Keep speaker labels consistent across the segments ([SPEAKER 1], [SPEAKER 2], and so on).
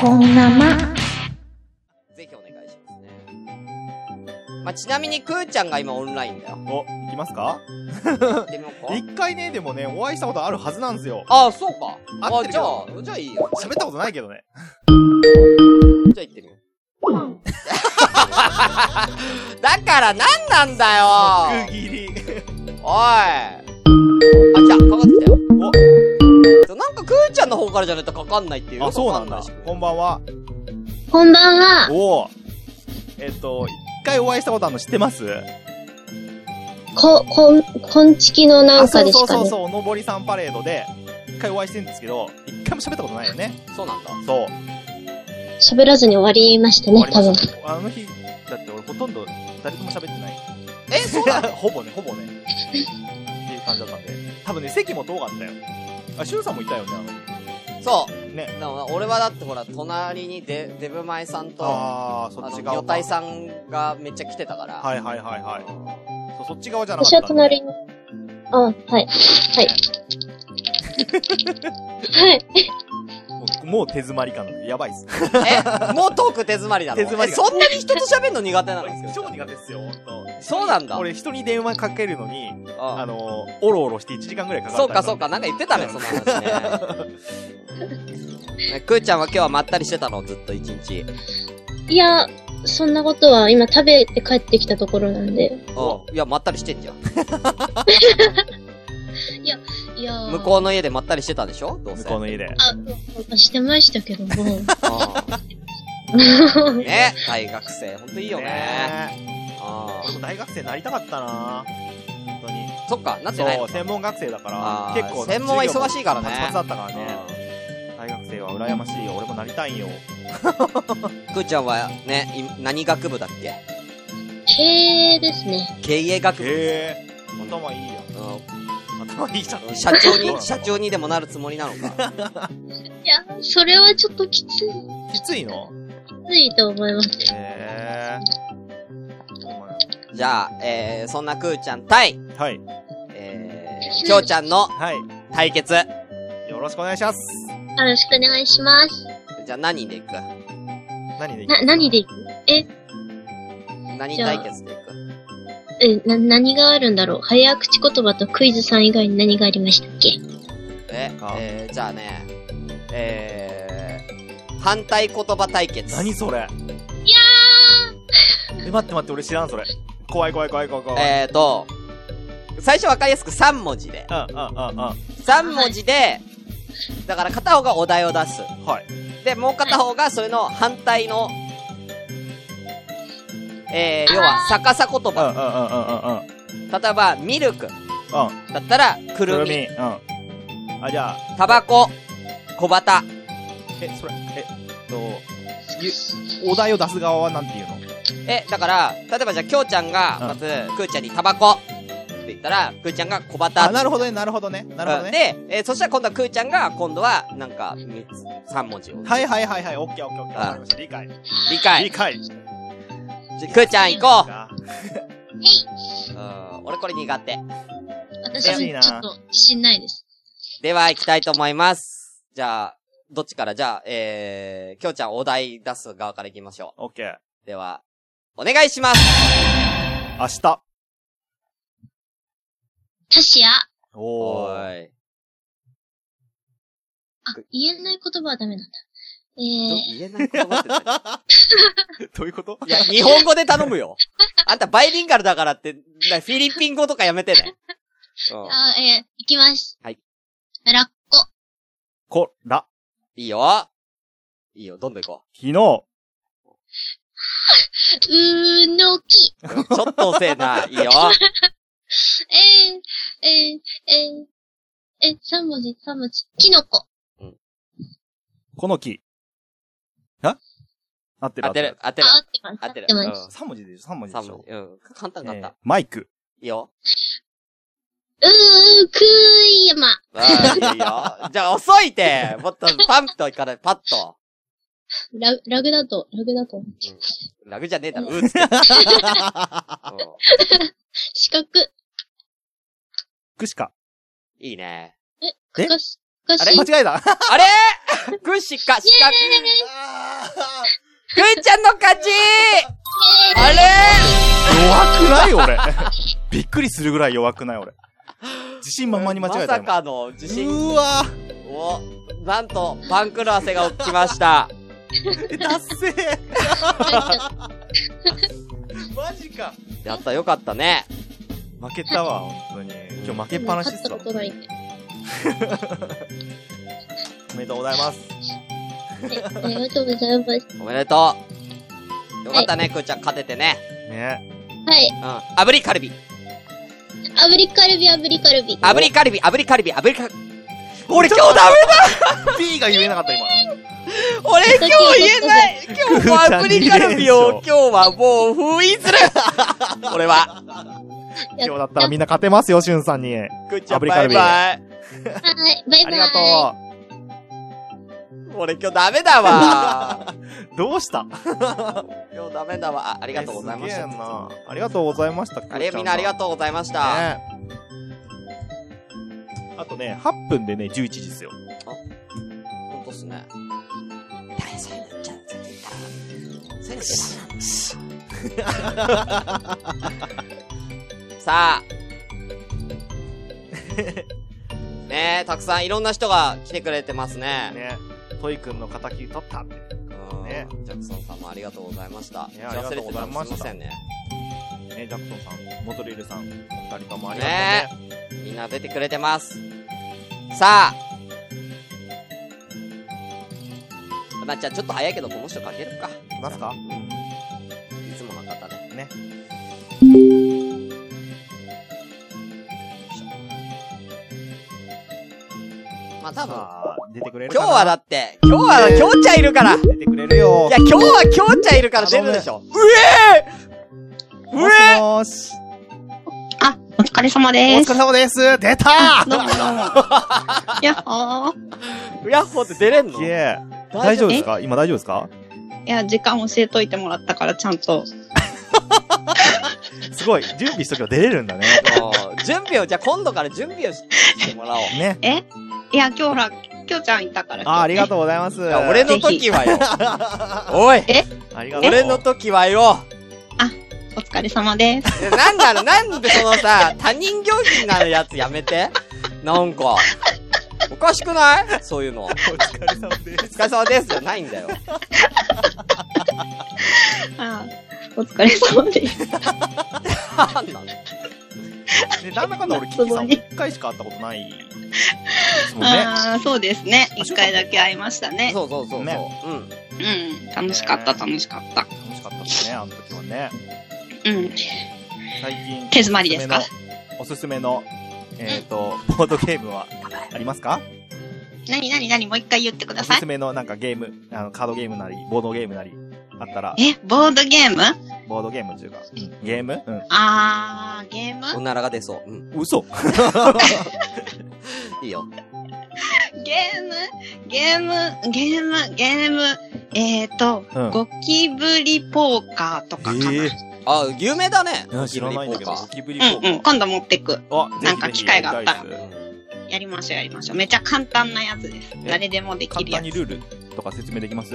[SPEAKER 1] こんなま。
[SPEAKER 2] ぜひお願いしますね。まあ、ちなみに、くーちゃんが今オンラインだ よ。
[SPEAKER 3] お、行きますか
[SPEAKER 2] でもこう
[SPEAKER 3] 一回ね、でもね、お会いしたことあるはずなんですよ。
[SPEAKER 2] ああ、そうか。
[SPEAKER 3] 合
[SPEAKER 2] あ
[SPEAKER 3] ってる
[SPEAKER 2] じゃあ、じゃあいいよ。
[SPEAKER 3] 喋ったことないけどね。
[SPEAKER 2] じゃあ行ってみよ う。だから何なんだよ
[SPEAKER 3] くぎり。
[SPEAKER 2] おいあ、来たかかってきたよ。
[SPEAKER 3] お
[SPEAKER 2] そうなんか、くーちゃんの方からじゃないとかかんないっていうよ
[SPEAKER 3] あ、そうなん
[SPEAKER 2] わ
[SPEAKER 3] だ
[SPEAKER 2] かし。
[SPEAKER 3] こんばんは。
[SPEAKER 1] こんばんは。
[SPEAKER 3] おお。えっと、一回お会いしたことあるの知ってます
[SPEAKER 1] こ、こん、こんちきのなんか
[SPEAKER 3] あ
[SPEAKER 1] です
[SPEAKER 3] そう
[SPEAKER 1] か
[SPEAKER 3] そうそう
[SPEAKER 1] ね。
[SPEAKER 3] そう、おのぼりさんパレードで、一回お会いしてんですけど、一回も喋ったことないよね。
[SPEAKER 2] そうなんだ。
[SPEAKER 3] そう。
[SPEAKER 1] 喋らずに終わりましたね、多
[SPEAKER 3] 終わり
[SPEAKER 1] 分
[SPEAKER 3] ま。したあの日、だって俺ほとんど誰とも喋ってない。
[SPEAKER 2] え、そうなの
[SPEAKER 3] ほぼね、ほぼね。っていう感じだったんで。多分ね、席も遠かったよ。あ、シュウさんもいたよね、あの日。
[SPEAKER 2] そう。
[SPEAKER 3] ね
[SPEAKER 2] ね。だから俺はだってほら、隣にデデブマイさんと、あ
[SPEAKER 3] あー、そ
[SPEAKER 2] の、
[SPEAKER 3] っち
[SPEAKER 2] 魚
[SPEAKER 3] 側か。
[SPEAKER 2] 体さんがめっちゃ来てたから。
[SPEAKER 3] はいはいはいはい。そうそっち側じゃなかっ
[SPEAKER 1] 私
[SPEAKER 3] た、
[SPEAKER 1] は隣に。あ、はい。はい。 はい。
[SPEAKER 3] もう。もう手詰まり感だね。やばいっす。
[SPEAKER 2] え、もうトーク手詰まりなの
[SPEAKER 3] 手詰まり
[SPEAKER 2] え
[SPEAKER 3] が
[SPEAKER 2] そんなに人と喋るの苦手なの
[SPEAKER 3] 俺 超苦手っすよ、ほんと。
[SPEAKER 2] そうなんだ。
[SPEAKER 3] 俺人に電話かけるのに、
[SPEAKER 2] うん
[SPEAKER 3] あのー、おろおろして1時間ぐらいかかる。
[SPEAKER 2] そうかそうか、なんか言ってたね、その話ね。ね くーちゃんは今日はまったりしてたの、ずっと一日。
[SPEAKER 1] いや、そんなことは今食べて帰ってきたところなんで。
[SPEAKER 2] うん。いや、まったりしてんじゃん。
[SPEAKER 1] いやー
[SPEAKER 2] 向こうの家でまったりしてたでしょどうせ。
[SPEAKER 3] 向こうの家で。
[SPEAKER 1] あ、そうかしてましたけども。
[SPEAKER 2] うんね、大学生、ほんといいよね。
[SPEAKER 3] え
[SPEAKER 2] あ
[SPEAKER 3] 俺も大学生なりたかったな本当に。
[SPEAKER 2] ーそっか、なってない
[SPEAKER 3] そ
[SPEAKER 2] の
[SPEAKER 3] う、専門学生だか
[SPEAKER 2] あー
[SPEAKER 3] ら、結構、
[SPEAKER 2] 専門は忙しいからね
[SPEAKER 3] 授業もパツパツだったからね。
[SPEAKER 2] う
[SPEAKER 3] 大学生は羨ましいよ。俺もなりたいよ。
[SPEAKER 2] んくーちゃんはね、い何学部だっけ
[SPEAKER 1] 経営ですね。
[SPEAKER 2] 経営学部。
[SPEAKER 3] へえ。頭いいや
[SPEAKER 2] うん
[SPEAKER 3] ん。頭いいじゃん。
[SPEAKER 2] 社長に、社長にでもなるつもりなの か。
[SPEAKER 1] いや、それはちょっときつい、
[SPEAKER 3] きついの
[SPEAKER 1] きついと思います。
[SPEAKER 3] へえ。お
[SPEAKER 2] じゃあ、えー、そんなくーちゃん対、
[SPEAKER 3] 前はい。
[SPEAKER 2] えー、きょうちゃんの
[SPEAKER 3] は
[SPEAKER 2] 対決。
[SPEAKER 3] い。よろしくお願いします。
[SPEAKER 1] よろしくお願いします。
[SPEAKER 2] じゃあ何人でいく
[SPEAKER 3] 何でいい
[SPEAKER 1] な、何でいくえ、
[SPEAKER 2] 何
[SPEAKER 1] じゃあ
[SPEAKER 2] 対決でいく
[SPEAKER 1] え、な、何があるんだろう早口言葉とクイズさん以外に何がありましたっけ
[SPEAKER 2] え
[SPEAKER 3] か、
[SPEAKER 2] えー、じゃあね、えー、反対言葉対決。
[SPEAKER 3] 何それいやーえ、待って待って、俺知らん、それ。怖い怖い怖い怖い怖い。
[SPEAKER 2] えーと、最初わかりやすく3文字で。
[SPEAKER 3] うんうんうんう
[SPEAKER 2] 3文字で、だから片方がお題を出す。
[SPEAKER 3] ん。はい。
[SPEAKER 2] で、もう片方がそれの反対の、えー、要は逆さ言
[SPEAKER 3] うんうん
[SPEAKER 2] 葉。
[SPEAKER 3] うんうんうんうん。
[SPEAKER 2] 例えば、ミルク
[SPEAKER 3] うん。
[SPEAKER 2] だったら、く
[SPEAKER 3] く
[SPEAKER 2] る
[SPEAKER 3] る
[SPEAKER 2] み、
[SPEAKER 3] み。うん。あ、じゃあ、
[SPEAKER 2] タバコ、小旗。
[SPEAKER 3] え、それ、えっと、ゆお題を出す側はなんて言うの
[SPEAKER 2] え、だから、例えばじゃあ、きょうちゃんが、
[SPEAKER 3] うん
[SPEAKER 2] まず、くーちゃんにタバコって言ったら、くーちゃんが小
[SPEAKER 3] あ、
[SPEAKER 2] 旗。
[SPEAKER 3] なるほどね、なるほどね、なるほど
[SPEAKER 2] う
[SPEAKER 3] ね。
[SPEAKER 2] んで、えーそしたら今度はくーちゃんが、今度は、なんか、三つ、三文字を。
[SPEAKER 3] はいはいはいはい、オッケーオッケーオッケー、
[SPEAKER 2] あ
[SPEAKER 3] わかりました、理解。
[SPEAKER 2] 理解。
[SPEAKER 3] 理解。
[SPEAKER 2] じゃくーちゃん行こ
[SPEAKER 3] あ
[SPEAKER 2] う。うん、俺これ苦手。
[SPEAKER 1] 私も
[SPEAKER 3] 悔しいな
[SPEAKER 1] ちょっと自信ないです。
[SPEAKER 2] では、行きたいと思います。じゃあ、どっちからじゃあ、えー、きょうちゃんお題出す側から行きましょ
[SPEAKER 3] オッケー。
[SPEAKER 2] う。では、お願いします。
[SPEAKER 3] 明日。
[SPEAKER 1] タシヤ。あ、
[SPEAKER 3] おー。
[SPEAKER 2] ーい。
[SPEAKER 1] 言えない言葉はダメなんだ。え
[SPEAKER 2] ど
[SPEAKER 1] ー、
[SPEAKER 2] 言えない言葉って何
[SPEAKER 3] どういうこと
[SPEAKER 2] いや、日本語で頼むよ。あんたバイリンガルだからって、なフィリピン語とかやめてね。うん。
[SPEAKER 1] あ、えー、いきます。
[SPEAKER 2] はい。
[SPEAKER 1] ラッコ。
[SPEAKER 3] こら、
[SPEAKER 2] いいよ。いいよ、どんどん行こ
[SPEAKER 3] 昨日、
[SPEAKER 1] うーのき。
[SPEAKER 2] う。ちょっと遅え な。いい
[SPEAKER 1] え
[SPEAKER 2] よ。
[SPEAKER 1] ー、えー、えー、えー、三文字、三文字。キノコ。
[SPEAKER 3] この木。あ合ってる
[SPEAKER 2] 当てる、当てる。
[SPEAKER 1] あ、合ってます。
[SPEAKER 2] 合ってる
[SPEAKER 1] 合ってます。
[SPEAKER 3] 3文字でしょ ?3 文字で
[SPEAKER 2] 三
[SPEAKER 3] し
[SPEAKER 2] 文
[SPEAKER 3] ょ
[SPEAKER 2] 字。うん。簡単簡
[SPEAKER 3] えー
[SPEAKER 2] 単。
[SPEAKER 3] マイク。
[SPEAKER 2] いいよ。
[SPEAKER 1] うー、くーやま。
[SPEAKER 2] あーいい よ。じゃあ遅いてもっとパンといかない、パッと。
[SPEAKER 1] ラグ、ラグだと、ラグだと。
[SPEAKER 2] ラグじゃねえだろ、う ーつけて。うん
[SPEAKER 1] 四角。
[SPEAKER 3] くしか。
[SPEAKER 2] いいね。
[SPEAKER 1] え、
[SPEAKER 3] え
[SPEAKER 1] かかし、か
[SPEAKER 2] あれ
[SPEAKER 1] し、
[SPEAKER 3] 間違えた。
[SPEAKER 2] あれグシかシか、
[SPEAKER 4] あ
[SPEAKER 2] グーちゃんの勝ちあれ
[SPEAKER 3] 弱くない俺。 びっくりするぐらい弱くない俺。自信満々に間違え
[SPEAKER 2] ま
[SPEAKER 3] た
[SPEAKER 2] さかの自
[SPEAKER 4] ー
[SPEAKER 2] 信。
[SPEAKER 4] うわー
[SPEAKER 2] お、なんと、番狂わせが起きました。
[SPEAKER 3] 今。達成
[SPEAKER 4] マジか
[SPEAKER 2] やった、よかったね。
[SPEAKER 3] 負けたわ、本当に。今日負けっぱなしっ
[SPEAKER 1] 勝っ
[SPEAKER 3] す
[SPEAKER 1] た
[SPEAKER 3] わ
[SPEAKER 1] こ。とないんで。
[SPEAKER 3] おめでとうございます。
[SPEAKER 1] ありがとうございます。
[SPEAKER 2] おめでとう。よかったね、グーちゃん勝ててね。
[SPEAKER 3] ね。
[SPEAKER 1] はい
[SPEAKER 2] うん。。炙りカルビ。
[SPEAKER 1] 炙りカルビ、炙りカルビ。
[SPEAKER 2] 炙りカルビ、炙りカルビ、炙りカルビ。俺今日ダメだ
[SPEAKER 3] P が言えなかった今。
[SPEAKER 2] 俺今日言えない今日も炙りカルビを今日はもう封印する俺は。
[SPEAKER 1] や
[SPEAKER 3] 今日だったらみんな勝てますよ、しゅんさんに。
[SPEAKER 2] グーちゃん
[SPEAKER 3] 炙りカ
[SPEAKER 2] バ
[SPEAKER 3] ル
[SPEAKER 2] イ
[SPEAKER 3] ビ
[SPEAKER 2] バイ。
[SPEAKER 1] はい。バイバイ。
[SPEAKER 3] ありが
[SPEAKER 2] 俺今日ダメだ わ。
[SPEAKER 3] とう。どうした
[SPEAKER 2] 今日ダメだわ。あありがとうございまし
[SPEAKER 3] え
[SPEAKER 2] た
[SPEAKER 3] す。げえなありがとうございました。
[SPEAKER 2] あれ、みんなありがとうございまし
[SPEAKER 3] う
[SPEAKER 2] た。
[SPEAKER 3] ねあとね、8分でね、11時ですよ。
[SPEAKER 2] ほんとっすね。さあ。 ねえ、たくさんいろんな人が来てくれてますね。
[SPEAKER 3] ね。トイくんの仇取ったって。
[SPEAKER 2] うん
[SPEAKER 3] ね
[SPEAKER 2] ジャクソンさんもありがとうございました。
[SPEAKER 3] ねありがとうございました
[SPEAKER 2] すいませんね。
[SPEAKER 3] ね、ジャクソンさん、モトリールさん、お二人ともありがとうね。
[SPEAKER 2] みんな出てくれてます。さあ。まあ、じゃあちょっと早いけど、この人かけるか。
[SPEAKER 3] いますか
[SPEAKER 2] いつもの方で。
[SPEAKER 3] ね。
[SPEAKER 2] まあ多分、
[SPEAKER 3] さあ、出てくれるか
[SPEAKER 2] 今
[SPEAKER 3] な
[SPEAKER 2] 日はだって、今日は、今日ちゃんいるから。い
[SPEAKER 3] 出てくれるよ。
[SPEAKER 2] や、今日は今日ちゃんいるから出るでしょ。うえーう
[SPEAKER 3] もし
[SPEAKER 2] え
[SPEAKER 3] もーし。
[SPEAKER 5] あ、お疲れ様
[SPEAKER 3] お
[SPEAKER 5] で
[SPEAKER 3] 疲
[SPEAKER 5] す
[SPEAKER 3] れ。様です出た
[SPEAKER 5] どうもどうも。やっほー。
[SPEAKER 2] ーヤッホーって出れんの
[SPEAKER 3] ーイエー大丈夫
[SPEAKER 5] え
[SPEAKER 3] ですか今大丈夫ですか
[SPEAKER 5] いや、時間教えといてもらったから、ちゃんと。
[SPEAKER 3] すごい。準備しとけば出れるんだね。
[SPEAKER 2] もう準備を、じゃあ今度から準備をししてもらおう。
[SPEAKER 3] ね。
[SPEAKER 5] えいや、今日ほら、きょうちゃんいたから。
[SPEAKER 3] あー、ありが
[SPEAKER 5] う。
[SPEAKER 3] とうございます。
[SPEAKER 2] いや俺の時はよ。おい、
[SPEAKER 3] ありがとう。
[SPEAKER 2] 俺の時はよ。
[SPEAKER 5] お疲れ様 です。
[SPEAKER 2] いやなんだろう、なんでそのさ、他人行儀になるやつやめて。なんか、おかしくないそういうの。お疲
[SPEAKER 3] お疲れ様です。
[SPEAKER 2] れ様ですじゃないんだよ。
[SPEAKER 5] あーお疲れ様です。
[SPEAKER 2] なんなの
[SPEAKER 3] で、なんだかんだ俺、キキさん1回しか会ったことない。ですもんね。
[SPEAKER 5] ああ、そうですね。一回だけ会いましたね。
[SPEAKER 2] そうそうそうそう。
[SPEAKER 3] ね
[SPEAKER 2] うん。
[SPEAKER 5] うん。楽しかった、楽しかった。
[SPEAKER 3] 楽しかったですね、あの時はね。
[SPEAKER 5] うん。
[SPEAKER 3] 最近。
[SPEAKER 5] 手詰まりですか
[SPEAKER 3] おすすめの、おすすめのえっと、ボードゲームはありますか
[SPEAKER 5] なになになにもう一回言ってくだ
[SPEAKER 3] お
[SPEAKER 5] さ
[SPEAKER 3] す
[SPEAKER 5] い
[SPEAKER 3] す。めのなんかゲーム、あの、カードゲームなり、ボードゲームなり、あったら、
[SPEAKER 5] え、ボードゲーム
[SPEAKER 3] ボードゲームっていうか、うんゲームう
[SPEAKER 5] あー、ゲーム
[SPEAKER 2] おならが出そう。うん。
[SPEAKER 3] ん。嘘
[SPEAKER 2] いいよ。
[SPEAKER 5] ゲームゲームゲームゲームえーと、
[SPEAKER 3] うん
[SPEAKER 5] ゴキブリポーカーとかかな。
[SPEAKER 3] え
[SPEAKER 2] あ、有名だね。
[SPEAKER 3] 知らないんだけど、
[SPEAKER 2] ゴ
[SPEAKER 3] ゴキブリポ
[SPEAKER 5] うんうん、
[SPEAKER 3] ーカ
[SPEAKER 5] 今度持ってく。
[SPEAKER 3] ー。あ、ぜ
[SPEAKER 5] な
[SPEAKER 3] ひ
[SPEAKER 5] ん
[SPEAKER 3] ぜ
[SPEAKER 5] か
[SPEAKER 3] ひ
[SPEAKER 5] 機会があったら
[SPEAKER 3] やり
[SPEAKER 2] キブリ
[SPEAKER 3] いで
[SPEAKER 2] ポーカー
[SPEAKER 5] やりましょう、やりましょう。めちゃ簡単なやつです。誰でもでき
[SPEAKER 3] す
[SPEAKER 5] る
[SPEAKER 3] 簡単
[SPEAKER 5] やつ。
[SPEAKER 3] にルールとか説明できます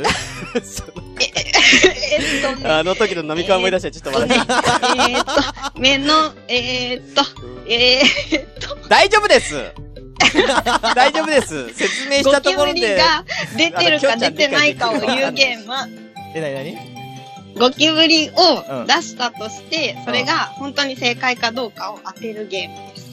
[SPEAKER 5] えっとね、
[SPEAKER 2] あの時の飲み会思い出してちょっと 笑っ
[SPEAKER 5] えーっと、目の、えーっと、え
[SPEAKER 2] た。大丈夫です 大丈夫です説明
[SPEAKER 5] ー、
[SPEAKER 2] し
[SPEAKER 5] ゴ
[SPEAKER 2] たと
[SPEAKER 5] キ
[SPEAKER 2] こ
[SPEAKER 5] ブ
[SPEAKER 2] ろ
[SPEAKER 5] リ
[SPEAKER 2] で。
[SPEAKER 5] が出てる
[SPEAKER 2] あの
[SPEAKER 5] か
[SPEAKER 2] きょ
[SPEAKER 5] 出
[SPEAKER 2] んちゃ
[SPEAKER 5] て
[SPEAKER 2] ん
[SPEAKER 5] ないかを
[SPEAKER 2] 理解できるか
[SPEAKER 5] 言うゲーム。
[SPEAKER 3] え、なになに
[SPEAKER 5] ゴキブリ
[SPEAKER 3] うん
[SPEAKER 5] を出したとして、それが本当に正解かどうかを当てるゲームです。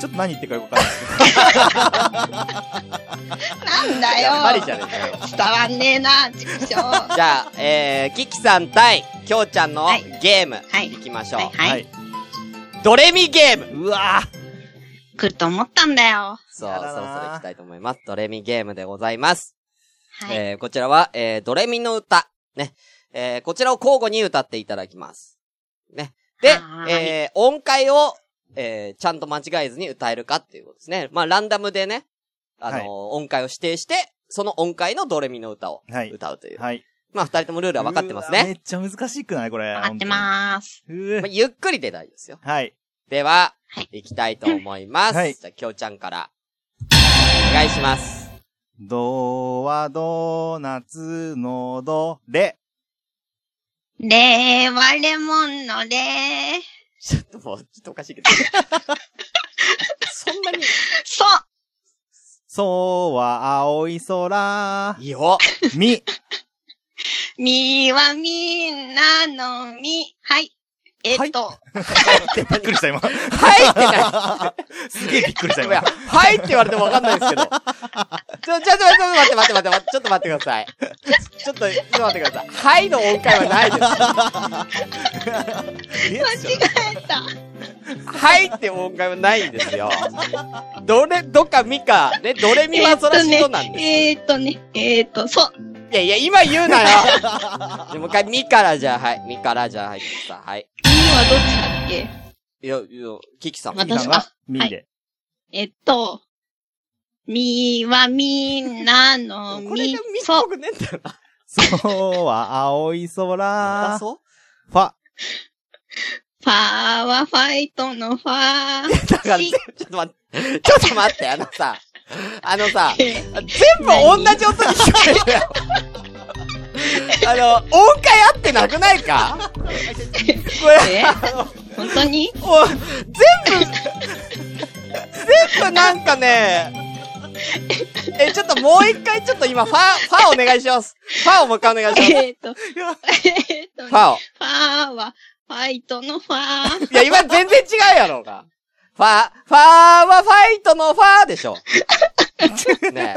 [SPEAKER 3] ちょっと何言ってるかよくわかんない
[SPEAKER 5] なんだよ
[SPEAKER 2] やっぱりじゃねえかよ。
[SPEAKER 5] 伝わんねえな、ちくしょう。は
[SPEAKER 2] じゃあ、えー、キキさん対、きょうちゃんの
[SPEAKER 5] はい
[SPEAKER 2] ゲーム、
[SPEAKER 5] はい
[SPEAKER 2] 行きましょう。
[SPEAKER 5] い、は
[SPEAKER 3] はいい。
[SPEAKER 2] ドレミゲーム
[SPEAKER 3] うわぁ
[SPEAKER 5] 来ると思ったんだよ。
[SPEAKER 2] そう、そ
[SPEAKER 3] や
[SPEAKER 2] ろ
[SPEAKER 3] だな
[SPEAKER 2] そろ行きたいと思います。ドレミゲームでございます。
[SPEAKER 5] はい。
[SPEAKER 2] えー、こちらは、えー、ドレミの歌。ね。えー、こちらを交互に歌っていただきます。ね。で
[SPEAKER 5] は、ーい
[SPEAKER 2] えー、音階を、えー、ちゃんと間違えずに歌えるかっていうことですね。まあ、ランダムでね、あのー
[SPEAKER 3] はい
[SPEAKER 2] 音階を指定して、その音階のドレミの歌を
[SPEAKER 3] はい
[SPEAKER 2] 歌うという。
[SPEAKER 3] はい。
[SPEAKER 2] まあ、二人ともルールは分かってます
[SPEAKER 3] うわ
[SPEAKER 2] ね。
[SPEAKER 3] めっちゃ難しくないこれ。
[SPEAKER 5] わかってまーす。
[SPEAKER 3] す。う
[SPEAKER 2] まあ、
[SPEAKER 3] ー
[SPEAKER 2] ゆっくりで大丈夫ですよ。
[SPEAKER 3] はい。
[SPEAKER 2] では、
[SPEAKER 5] はい
[SPEAKER 2] 行きたいと思います。
[SPEAKER 3] はい
[SPEAKER 2] じゃあ、きょうちゃんから。
[SPEAKER 3] え
[SPEAKER 2] 願いします。
[SPEAKER 3] ドはドーナツのド、レ。
[SPEAKER 5] レーはレモンのレー。
[SPEAKER 2] ちょっともう、ちょっとおかしいけど。そんなに。
[SPEAKER 5] そう
[SPEAKER 3] ソは青い空、
[SPEAKER 2] いいよ。
[SPEAKER 3] み。
[SPEAKER 5] みはみんなのみ。はい。えっと、
[SPEAKER 3] びっくりした、今。
[SPEAKER 2] はいってな
[SPEAKER 3] すげえびっくりした、
[SPEAKER 2] ごめん
[SPEAKER 3] 今。
[SPEAKER 2] はいって言われてもわかんないですけど。ちょ、ちょ、ちょ、ちょ、待って待って待って待って、ちょっと待ってください。ちょっと、ちょっと待ってください。はいの音階はないで
[SPEAKER 5] 間違 えた。
[SPEAKER 2] す。はいって音階はないんですよ。どれ、どかみか、ね、どれみはそらしどなんです。
[SPEAKER 5] えっとね、えっとね、えっと、そう。
[SPEAKER 2] いやいや、今言うなよ。でもう一回、みからじゃあ、はい。みからじゃあ、はい。さあ、はい。
[SPEAKER 5] みはどっちだっけ
[SPEAKER 2] いや、いや、キキさん。
[SPEAKER 5] ま
[SPEAKER 2] は
[SPEAKER 5] た
[SPEAKER 3] みさんが、み
[SPEAKER 5] はい
[SPEAKER 3] で。
[SPEAKER 5] えっと、みはみんなの
[SPEAKER 2] これ
[SPEAKER 5] み
[SPEAKER 2] がみ。っ
[SPEAKER 5] そう
[SPEAKER 2] ぽ。くねえんだよな。
[SPEAKER 3] ソは青い
[SPEAKER 2] あ、
[SPEAKER 3] 空、フ
[SPEAKER 2] そ
[SPEAKER 3] ァ。
[SPEAKER 5] ファーはファイトのファ
[SPEAKER 2] う だから、
[SPEAKER 5] ー。
[SPEAKER 2] 全
[SPEAKER 5] し
[SPEAKER 2] 部ちょっと待って、ちょっと待って、あのさ、あのさ、
[SPEAKER 5] え
[SPEAKER 2] 全部同じ音に聞こえるんだよ。あの、音階合ってなくないかこれ、
[SPEAKER 5] え本 当に
[SPEAKER 2] お全部、全部なんかね、え、ちょっともう一回ちょっと今、ファ、ファお願いします。ファをもう一回お願いします。
[SPEAKER 5] えっと、 えっと
[SPEAKER 2] フ
[SPEAKER 5] ね、ファ
[SPEAKER 2] ァを。
[SPEAKER 5] ーはファイトのファー。
[SPEAKER 2] いや、今全然違うやろうが。ファ、ファはファイトのファでしょ。ね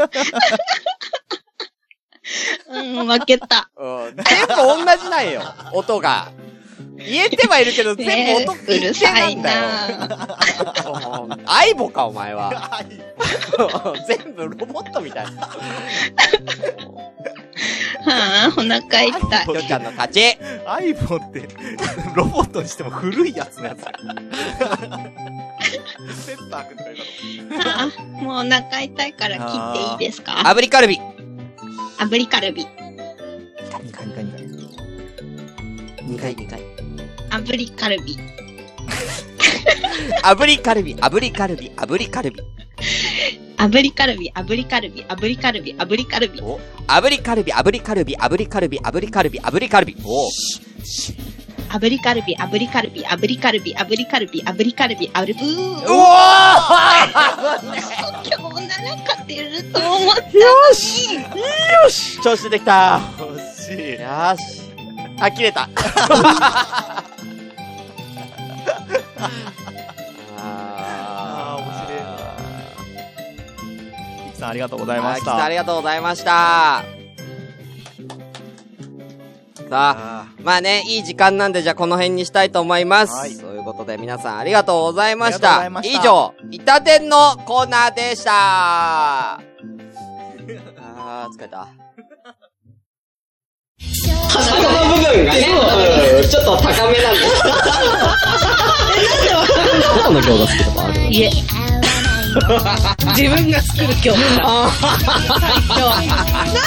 [SPEAKER 2] え。
[SPEAKER 5] うん、負けた。
[SPEAKER 2] うん全部同じなんよ、音が。言えてはいるけど、全部音
[SPEAKER 5] えーうる
[SPEAKER 2] 一定
[SPEAKER 5] さ
[SPEAKER 2] ないんだよ。
[SPEAKER 5] な
[SPEAKER 2] うんアイボか、お前は。全部ロボットみたいな。
[SPEAKER 5] はあ、お腹痛い。
[SPEAKER 2] ひろちゃんの勝ち。
[SPEAKER 3] アイボって、ロボットにしても古いやつのやつだよ。
[SPEAKER 4] ペッパーくんとかいたの
[SPEAKER 5] はあ、もうお腹痛いから切っていいですか
[SPEAKER 2] 炙りカルビ。
[SPEAKER 5] 炙りカルビ。
[SPEAKER 3] ニカニカニカ
[SPEAKER 2] 2回2回。
[SPEAKER 5] 炙りカルビ。
[SPEAKER 2] 炙りカルビ、炙りカルビ、炙りカルビ。
[SPEAKER 5] 炙りカルビ、炙りカルビ、炙りカルビ、炙りカルビ。
[SPEAKER 2] お炙りカルビ、炙りカルビ、炙りカルビ、炙りカルビ、炙りカルビ。お
[SPEAKER 5] 炙りカルビ、炙りカルビ、炙りカルビ、炙りカルビ、炙りカルビ、炙りブー。
[SPEAKER 2] おー
[SPEAKER 5] 今日女なんか出ると思ったのに。
[SPEAKER 2] よし調子できた
[SPEAKER 3] 欲しい。
[SPEAKER 2] よーし。あ、切れた。
[SPEAKER 3] あ
[SPEAKER 2] あー、面白い。
[SPEAKER 3] キキさんありがとうござい
[SPEAKER 2] あ
[SPEAKER 3] ま
[SPEAKER 2] ー、
[SPEAKER 3] し
[SPEAKER 2] キさんあ
[SPEAKER 3] た。
[SPEAKER 2] りがとうございました。さあ、
[SPEAKER 3] あ
[SPEAKER 2] まあね、いい時間なんで、じゃあこの辺にしたいと思います。
[SPEAKER 3] はい
[SPEAKER 2] ということで、皆さんありがとうございまし
[SPEAKER 3] あ
[SPEAKER 2] た。以
[SPEAKER 3] りがとうございまし
[SPEAKER 2] 上、イタテンのコーナーでした。あー、疲れた。
[SPEAKER 6] 端っこの部分がね、ちょっと 高めなんです。どこの餃子好きとかある
[SPEAKER 7] いえ。自分が作る今日。な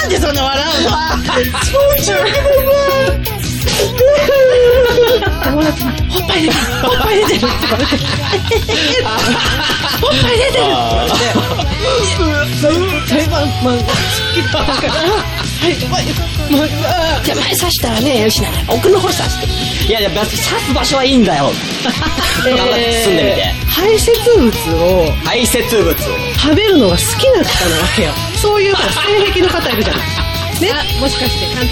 [SPEAKER 7] んでそんな笑うの超中国だ友達に、おっぱい出てるおっぱい出てるって言われて。それ、それ、ま、ま、好きだから。はい、ま、ま、じゃあ前刺したらね、よしな。奥の方刺して。
[SPEAKER 6] いやいや、別に刺す場所はいいん だよ。頑張って進んでみて。
[SPEAKER 7] 排泄物を
[SPEAKER 6] 排泄物。
[SPEAKER 7] 食べるのが好きな方なわけよ。そういうほら性癖の方いるじゃない。ね、もしかして勘違い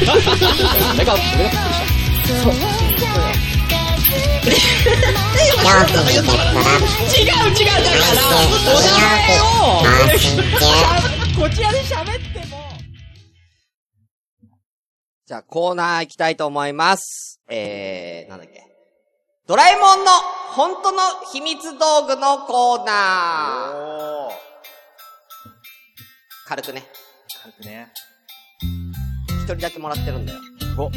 [SPEAKER 7] の方
[SPEAKER 6] なんか、俺が違う違うだからお前を
[SPEAKER 2] じゃあコーナー行きたいと思います。えー、なんだっけ。ドラえもんの本当の秘密道具のコーナー。
[SPEAKER 3] おー。
[SPEAKER 2] 軽くね。
[SPEAKER 3] 軽くね。
[SPEAKER 2] 一人だけもらってるんだよ。
[SPEAKER 3] お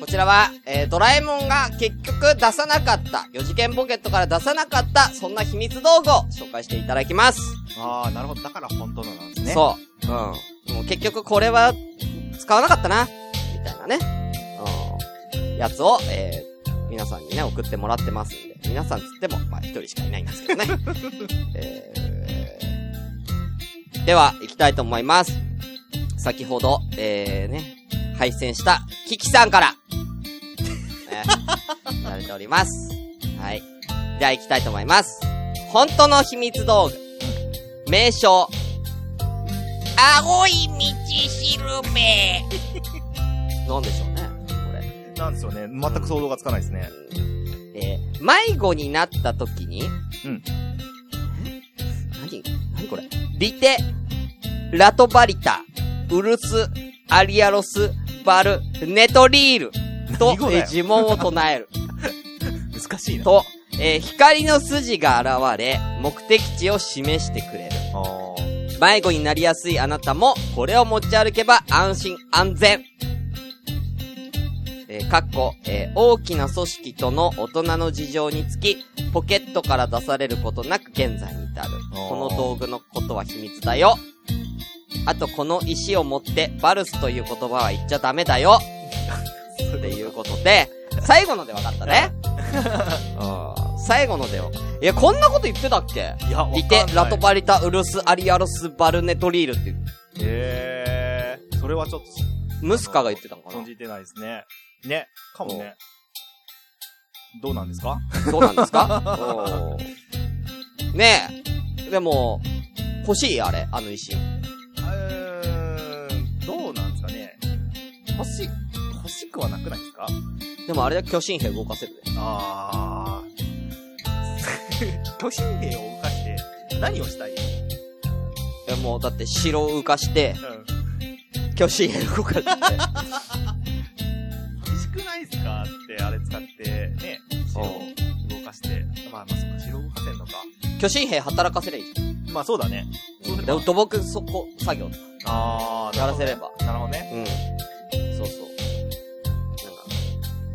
[SPEAKER 2] こちらは、えー、ドラえもんが結局出さなかった、4次元ポケットから出さなかった、そんな秘密道具を紹介していただきます。
[SPEAKER 3] ああ、なるほど。だから本当のなんですね。
[SPEAKER 2] そう。うん。もう結局これは使わなかったな、みたいなね。うん。やつを、えー、皆さんにね、送ってもらってますんで。皆さんつっても、まあ一人しかいないんです けどね。えーでは、行きたいと思います。先ほど、えー、ね、配線した、キキさん から、ね、いただいております。はい。じゃあ行きたいと思います。本当の秘密道具。名称。青い道しるべ。なんでしょうね、これ。
[SPEAKER 3] なんですよね。全く想像がつかないですね。
[SPEAKER 2] えー迷子になった時に、
[SPEAKER 3] うん
[SPEAKER 2] え。何何これリテ、ラトバリタ、ウルス、アリアロス、バル、ネトリールと
[SPEAKER 3] 何語、だ
[SPEAKER 2] え
[SPEAKER 3] よ
[SPEAKER 2] ー呪文を唱える。
[SPEAKER 3] 難しいな。
[SPEAKER 2] と、えー光の筋が現れ、目的地を示してくれる。
[SPEAKER 3] あー
[SPEAKER 2] 迷子になりやすいあなたも、これを持ち歩けば安心安全。えーかっこ、えー大きな組織との大人の事情につき、ポケットから出されることなく現在に至る。
[SPEAKER 3] あー
[SPEAKER 2] この道具のことは秘密だよ。あと、この石を持って、バルスという言葉は言っちゃダメだ よ。っていうことで、最後ので分かったね。 あー最後のでよ。いや、こんなこと言ってたっけ
[SPEAKER 3] いや、わかんない
[SPEAKER 2] リテ、ラトバリタ、ウルス、アリアロス、バルネトリールっていう、
[SPEAKER 3] えー、それはちょっ
[SPEAKER 2] ムスカが言ってたの
[SPEAKER 3] と
[SPEAKER 2] か
[SPEAKER 3] 存
[SPEAKER 2] な
[SPEAKER 3] じてないですね。ね、かもね。どうなんですか
[SPEAKER 2] どうなんです かうんねえ。でも、欲しいあれ、あの石。
[SPEAKER 3] うーん、どうなんですかね。欲し、欲しくはなくないですか
[SPEAKER 2] でもあれだけ巨神兵動かせるね。
[SPEAKER 3] あ ー。巨神兵を動かして、何をしたい
[SPEAKER 2] えもう、だって城を浮かして、
[SPEAKER 3] うん。
[SPEAKER 2] 巨神兵動 かして。
[SPEAKER 3] 欲しくないですかって、あれ使って、ね、城を動かして。まあまあ、そっか、城を動かせんのか。
[SPEAKER 2] 巨神兵働かせればいいじ
[SPEAKER 3] まあそうだね。そう
[SPEAKER 2] ゃ
[SPEAKER 3] す
[SPEAKER 2] ん。
[SPEAKER 3] れ
[SPEAKER 2] で
[SPEAKER 3] ば
[SPEAKER 2] 土木そこ、作 業とか
[SPEAKER 3] あー、
[SPEAKER 2] やらせれば。
[SPEAKER 3] なるほどね。
[SPEAKER 2] うん。そうそう。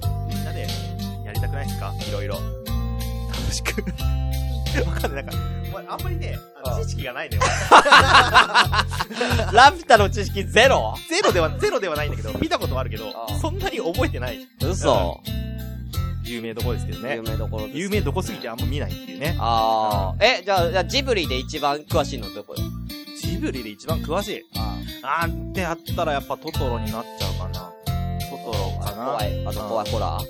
[SPEAKER 2] なんか、
[SPEAKER 3] みんなでやりたくないですかいろいろ。楽し く。わかんない。なんか、まあ、あんまりね、 あの知識がないのよ。
[SPEAKER 2] ラピュタの知識ゼロ
[SPEAKER 3] ゼロでは、ゼロではないんだけど、見たことはあるけど
[SPEAKER 2] ああ、
[SPEAKER 3] そんなに覚えてない。
[SPEAKER 2] 嘘。
[SPEAKER 3] 有名どこですけど
[SPEAKER 2] 有
[SPEAKER 3] ね。
[SPEAKER 2] 名どころです
[SPEAKER 3] 有名どこすぎてあんま見ないっていうね。
[SPEAKER 2] ああ。え、じゃあ、じゃあジブリで一番詳しいのどこよ
[SPEAKER 3] ジブリで一番詳しい。
[SPEAKER 2] あ
[SPEAKER 3] あーってあったらやっぱトトロになっちゃうかな。トトロかな。
[SPEAKER 2] 怖い。あの怖いホラー。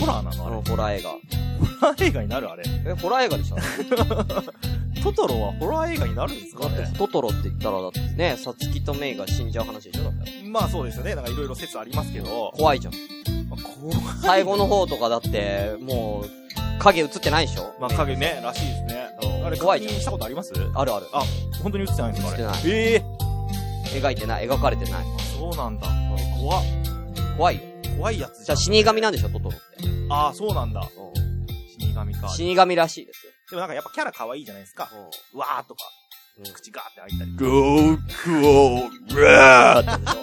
[SPEAKER 3] ホラーなの
[SPEAKER 2] あ
[SPEAKER 3] あれ
[SPEAKER 2] の。ホラー映画。
[SPEAKER 3] ホラー映画になるあれ。
[SPEAKER 2] え、ホラー映画でしょだ
[SPEAKER 3] トトロはホラー映画になるんですか
[SPEAKER 2] って
[SPEAKER 3] ね
[SPEAKER 2] トトロって言ったらだってね、サツキとメイが死んじゃう話でしょだって。
[SPEAKER 3] まあそうですよね。なんかいろいろ説ありますけど。
[SPEAKER 2] 怖いじゃん。
[SPEAKER 3] まあこう
[SPEAKER 2] 最後の方とかだって、もう、影映ってないでしょ
[SPEAKER 3] まあ影ね、らしいですね。
[SPEAKER 2] うん
[SPEAKER 3] あれ
[SPEAKER 2] 怖
[SPEAKER 3] 確
[SPEAKER 2] いじゃん
[SPEAKER 3] 認したことあります
[SPEAKER 2] あるある。
[SPEAKER 3] 本当に映ってないんですかあれ。
[SPEAKER 2] 映って
[SPEAKER 3] ええ
[SPEAKER 2] 描いてない。描かれてない。
[SPEAKER 3] あそうなんだ。え怖っ
[SPEAKER 2] 怖いよ。
[SPEAKER 3] 怖いやつ
[SPEAKER 2] じ
[SPEAKER 3] じ
[SPEAKER 2] ゃ
[SPEAKER 3] ゃ
[SPEAKER 2] あ
[SPEAKER 3] ん。
[SPEAKER 2] 死神なんでしょトトロって。
[SPEAKER 3] ああ、そうなんだ。
[SPEAKER 2] う
[SPEAKER 3] 死神か
[SPEAKER 2] ん。。死神らしいですよ。
[SPEAKER 3] でもなんかやっぱキャラ可愛いじゃないですか。
[SPEAKER 2] うん。
[SPEAKER 3] うわーとか
[SPEAKER 2] うん、
[SPEAKER 3] 口ガーって開いたり。
[SPEAKER 2] ゴー、ゴー、ラーってでし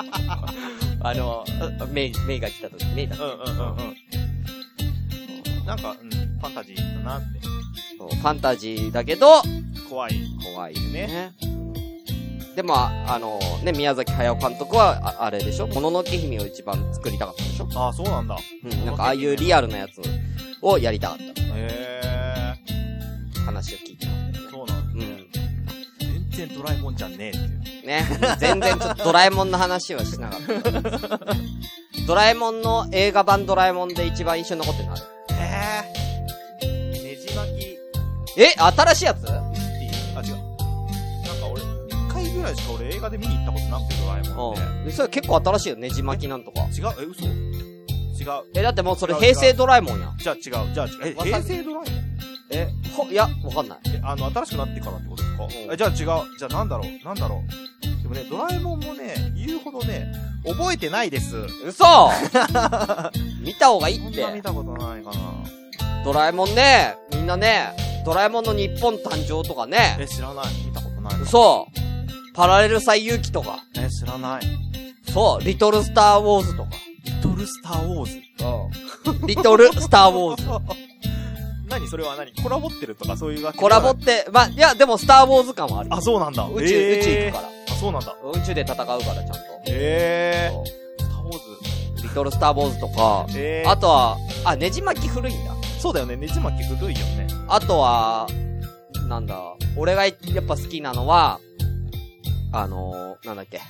[SPEAKER 2] ょ あの、あメイ、メイが来た時、メイだっ
[SPEAKER 3] うんうんうんうん。なんか、うん、ファンタジーだなって。
[SPEAKER 2] そうファンタジーだけど、
[SPEAKER 3] 怖い。
[SPEAKER 2] 怖いよね。でも、ああのね、宮崎駿監督は、ああれでしょもののけ姫を一番作りたかったでしょ
[SPEAKER 3] ああ、そうなんだ。
[SPEAKER 2] うん、なんかああいうリアルなやつをやりたかっ
[SPEAKER 3] へえ。
[SPEAKER 2] た話を聞いてますけどね。
[SPEAKER 3] そうなんだ。
[SPEAKER 2] うん。
[SPEAKER 3] 全然ドラえもんじゃねえっていう。
[SPEAKER 2] ね。全然ちょっとドラえもんの話はしなかった。ドラえもんの映画版ドラえもんで一番印象に残ってるのある
[SPEAKER 3] へえ。ねじ巻き。
[SPEAKER 2] え新しいやつ
[SPEAKER 3] あ、違う。なんか俺、一回ぐらいしか俺映画で見に行ったことなくて、ドラえもんって。
[SPEAKER 2] うん。それ結構新しいよ、ねじ巻きなんとか。
[SPEAKER 3] 違うえ、嘘違う。
[SPEAKER 2] え、だってもうそれ平成ドラえもんやん。
[SPEAKER 3] じゃあ違う。じゃあ違う。え、
[SPEAKER 2] わかん
[SPEAKER 3] 平成ドラえもん
[SPEAKER 2] え、ほ、いや、わかんない。
[SPEAKER 3] えあの、新しくなってからってことですか
[SPEAKER 2] ん
[SPEAKER 3] え、じゃあ違う。じゃあなんだろう。なんだろう。でもね、ドラえもんもね、言うほどね、覚えてないです。
[SPEAKER 2] 嘘見た方がいい
[SPEAKER 3] そ
[SPEAKER 2] っ
[SPEAKER 3] んな見
[SPEAKER 2] て。
[SPEAKER 3] たことないかな。
[SPEAKER 2] ドラえもんね、みんなね、ドラえもんの日本誕生とかね、
[SPEAKER 3] え、知らない。見たことない。。
[SPEAKER 2] 嘘パラレル最遊記とか、
[SPEAKER 3] え、知らない。
[SPEAKER 2] そう、リトルスターウォーズとか、
[SPEAKER 3] リトルスターウォーズ。
[SPEAKER 2] リトルスターウォーズ。
[SPEAKER 3] 何それは何コラボってるとかそういうわけ
[SPEAKER 2] コラボって、まあ、いや、でもスターウォーズ感はあるよ。
[SPEAKER 3] あ、そうなんだ。
[SPEAKER 2] 宇宙、
[SPEAKER 3] えー
[SPEAKER 2] 宇宙行くか
[SPEAKER 3] あ、そうなんだ。
[SPEAKER 2] ら。宇宙で戦うから、ちゃんと。
[SPEAKER 3] え
[SPEAKER 2] そ
[SPEAKER 3] ー。スターウォーズ。
[SPEAKER 2] うリトルスターウォーズとか、
[SPEAKER 3] えー。
[SPEAKER 2] あとは、あ、ねじ巻き古いんだ。
[SPEAKER 3] そうだよね。ねじ巻き古いよ ね。
[SPEAKER 2] あとは、なんだ、俺がやっぱ好きなのは、あのー、なんだっけ。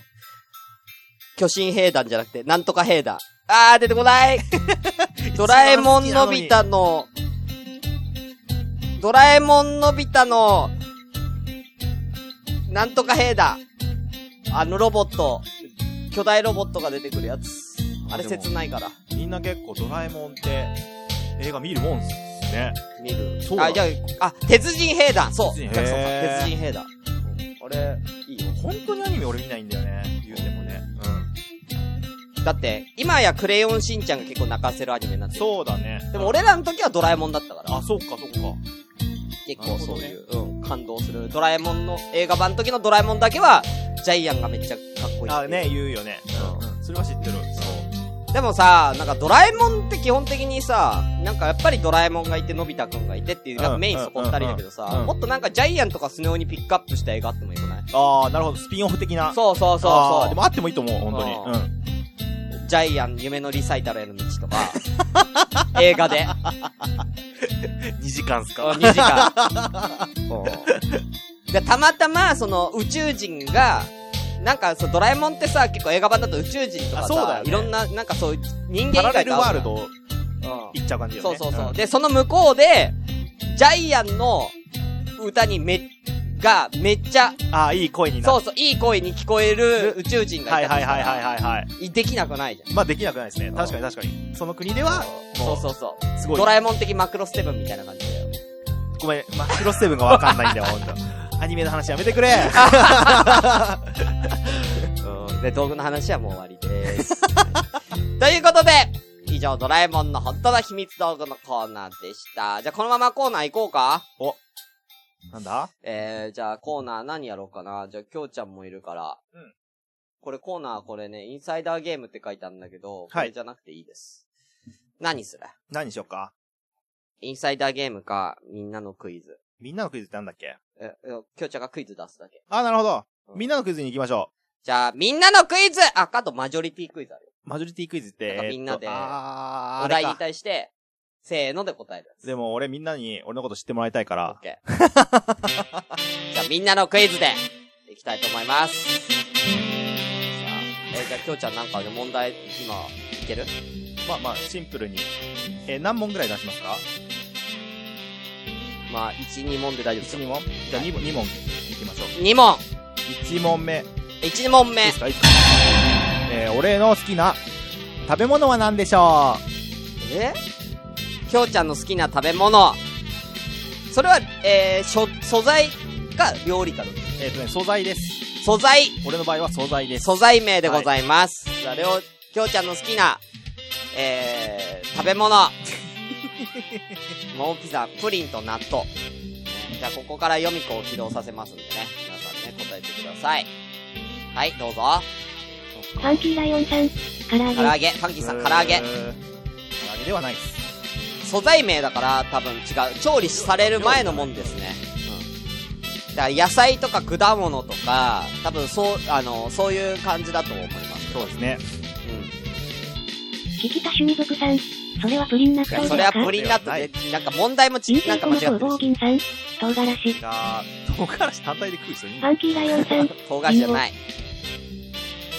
[SPEAKER 2] 巨神兵団じゃなくて、なんとか兵団。あー、出てこない ドラえもんのび太の、ドラえもんのび太の、なんとか兵団。あのロボット、巨大ロボットが出てくるやつ。あれ
[SPEAKER 3] でも
[SPEAKER 2] 切ないから。
[SPEAKER 3] みんな結構ドラえもんって映画見るもんっすね。
[SPEAKER 2] 見る。
[SPEAKER 3] そうだ
[SPEAKER 2] あ、じゃあ、あ、鉄人兵団。そう。
[SPEAKER 3] 鉄
[SPEAKER 2] 鉄
[SPEAKER 3] 人
[SPEAKER 2] 人
[SPEAKER 3] 兵
[SPEAKER 2] 鉄人兵団。あれ、いいよ。
[SPEAKER 3] 本当にアニメ俺見ないんだよね。言うてもね。
[SPEAKER 2] だって、今やクレヨンしんちゃんが結構泣かせるアニメになっ
[SPEAKER 3] うん。
[SPEAKER 2] てる。
[SPEAKER 3] そうだね。
[SPEAKER 2] でも、俺らの時はドラえもんだったから
[SPEAKER 3] あ、、そうか、そうか。
[SPEAKER 2] 結構そういう、うん、感動する。ドラえもんの、映画版の時のドラえもんだけは、ジャイアンがめっちゃかっこいい。
[SPEAKER 3] あ、ね、。言うよね。うん。それは知ってる。そう。
[SPEAKER 2] でもさ、なんかドラえもんって基本的にさ、なんかやっぱりドラえもんがいて、のび太くんがいてっていう、なんかメインそこ二人だけど
[SPEAKER 3] うんうんうん
[SPEAKER 2] さ
[SPEAKER 3] う、ん
[SPEAKER 2] もっとなんかジャイアンとかスネ夫にピックアップした映画あってもよくない
[SPEAKER 3] あー、なるほど。スピンオフ的な。
[SPEAKER 2] そうそうそう
[SPEAKER 3] あ
[SPEAKER 2] そ
[SPEAKER 3] ー
[SPEAKER 2] う
[SPEAKER 3] で。もあってもいいと思う、本当に。
[SPEAKER 2] うん
[SPEAKER 3] うん。
[SPEAKER 2] ジャイアン夢のリサイタルへの道とか、 映画で、
[SPEAKER 3] 2時間っすか。
[SPEAKER 2] 2時間。で、たまたま、その、宇宙人が、なんか、そう、ドラえもんってさ、結構映画版だと宇宙人とか
[SPEAKER 3] あ
[SPEAKER 2] さ、
[SPEAKER 3] そうだよね
[SPEAKER 2] いろんな、なんかそういう、人
[SPEAKER 3] パ
[SPEAKER 2] 間
[SPEAKER 3] ラ
[SPEAKER 2] 以
[SPEAKER 3] レ
[SPEAKER 2] 外
[SPEAKER 3] ル
[SPEAKER 2] と合うじゃんう
[SPEAKER 3] ワールド
[SPEAKER 2] ん。
[SPEAKER 3] 行っちゃう感じよ
[SPEAKER 2] そ
[SPEAKER 3] ね。
[SPEAKER 2] うそうそう。
[SPEAKER 3] ん
[SPEAKER 2] で、その向こうで、ジャイアンの歌にめ、が、めっちゃ、
[SPEAKER 3] あー、いい声にな
[SPEAKER 2] そ
[SPEAKER 3] る。
[SPEAKER 2] うそう、いい声に聞こえる宇宙人が
[SPEAKER 3] はいい
[SPEAKER 2] たと
[SPEAKER 3] は
[SPEAKER 2] した
[SPEAKER 3] い
[SPEAKER 2] ら
[SPEAKER 3] はいはいはいはい。
[SPEAKER 2] できなくないじゃん。
[SPEAKER 3] まあできなくないですね。確かに確かに。その国では、
[SPEAKER 2] そう
[SPEAKER 3] う。
[SPEAKER 2] そうそう。
[SPEAKER 3] すごい。
[SPEAKER 2] ドラえもん的マクロステブンみたいな感じだよ。
[SPEAKER 3] ごめん、マクロスセブンがわかんない んだよ、ほんと。アニメの話やめてくれ
[SPEAKER 2] うんで、道具の話はもう終わりです。 ということで、以上、ドラえもんの本当の秘密道具のコーナーでした。じゃあ、このままコーナー行こうか
[SPEAKER 3] なんだ
[SPEAKER 2] えー、じゃあ、コーナー何やろうかなじゃあ、きょうちゃんもいるから。
[SPEAKER 3] うん
[SPEAKER 2] これコーナー、これね、インサイダーゲームって書いてあるんだけど、こ
[SPEAKER 3] はい
[SPEAKER 2] れじゃなくていいです。何する
[SPEAKER 3] 何しよっか
[SPEAKER 2] インサイダーゲームか、みんなのクイズ。
[SPEAKER 3] みんなのクイズってなんだっけ
[SPEAKER 2] え、えきょうちゃんがクイズ出すだけ。
[SPEAKER 3] あ、なるほど。
[SPEAKER 2] うん
[SPEAKER 3] みんなのクイズに行きましょ
[SPEAKER 2] じゃあ、みんなのクイズあ、あとマジョリティクイズあるよ。
[SPEAKER 3] う。マジョリティクイズって、
[SPEAKER 2] なんか
[SPEAKER 3] えーっと
[SPEAKER 2] みんなで
[SPEAKER 3] あー
[SPEAKER 2] お
[SPEAKER 3] あれ
[SPEAKER 2] 題
[SPEAKER 3] か
[SPEAKER 2] に対して、せーので答えるやつ。
[SPEAKER 3] でも俺みんなに俺のこと知ってもらいたいか
[SPEAKER 2] オ
[SPEAKER 3] ら
[SPEAKER 2] ッ。ケー。 じゃあみんなのクイズでいきたいと思います。さあ、えーじゃあきょうちゃんなんかね問題今いける
[SPEAKER 3] まあまあ、シンプルに。えー、何問ぐらい出しますか
[SPEAKER 2] まあ、1、2問で大丈夫ですよ。
[SPEAKER 3] ?1、2問じゃあ 2, 二問行きましょう。
[SPEAKER 2] 2問
[SPEAKER 3] 1問目。い
[SPEAKER 2] !1 問目
[SPEAKER 3] いですかいいですかえー、俺の好きな食べ物は何でしょ
[SPEAKER 2] えきょうちゃんの好きな食べ物それは、えー、しょ、素材か料理かどっち
[SPEAKER 3] うえー、っとね、素材です。
[SPEAKER 2] 素材
[SPEAKER 3] 俺の場合は素材です。
[SPEAKER 2] 素材名でございます。じゃあ、りょう、きょうちゃんの好きな、えー、食べ物。モンピザ、プリンと納豆。ねじゃあ、ここからヨミコを起動させますんでね。皆さんね、答えてください。はい、どうぞ。
[SPEAKER 8] パンキーライオンさん、唐揚
[SPEAKER 2] 唐
[SPEAKER 8] げ。
[SPEAKER 2] 揚げ、パンキーさん、唐揚
[SPEAKER 3] え
[SPEAKER 2] げ。
[SPEAKER 3] ー唐揚げではないです。
[SPEAKER 2] 素材名だから、多分違う。調理される前のもんですね。うん。だから、野菜とか果物とか、多分そう、あの、そういう感じだと思います。
[SPEAKER 3] そうですね。
[SPEAKER 2] うん。
[SPEAKER 8] 引田趣味族さん、それはプリン納豆
[SPEAKER 2] それ
[SPEAKER 8] で
[SPEAKER 2] は
[SPEAKER 8] す
[SPEAKER 2] プ
[SPEAKER 8] か
[SPEAKER 2] リンナットで、なんか問題もち
[SPEAKER 8] 人、
[SPEAKER 2] なん
[SPEAKER 8] 生
[SPEAKER 2] か
[SPEAKER 8] ト
[SPEAKER 2] 間違
[SPEAKER 8] マ
[SPEAKER 2] って
[SPEAKER 8] ト
[SPEAKER 2] る
[SPEAKER 8] おぼう
[SPEAKER 2] し。
[SPEAKER 8] きんさん、唐辛子、
[SPEAKER 3] が、唐辛子単体で食う人いいんだ
[SPEAKER 8] パンキーライオンさん、
[SPEAKER 2] 唐辛子じゃない。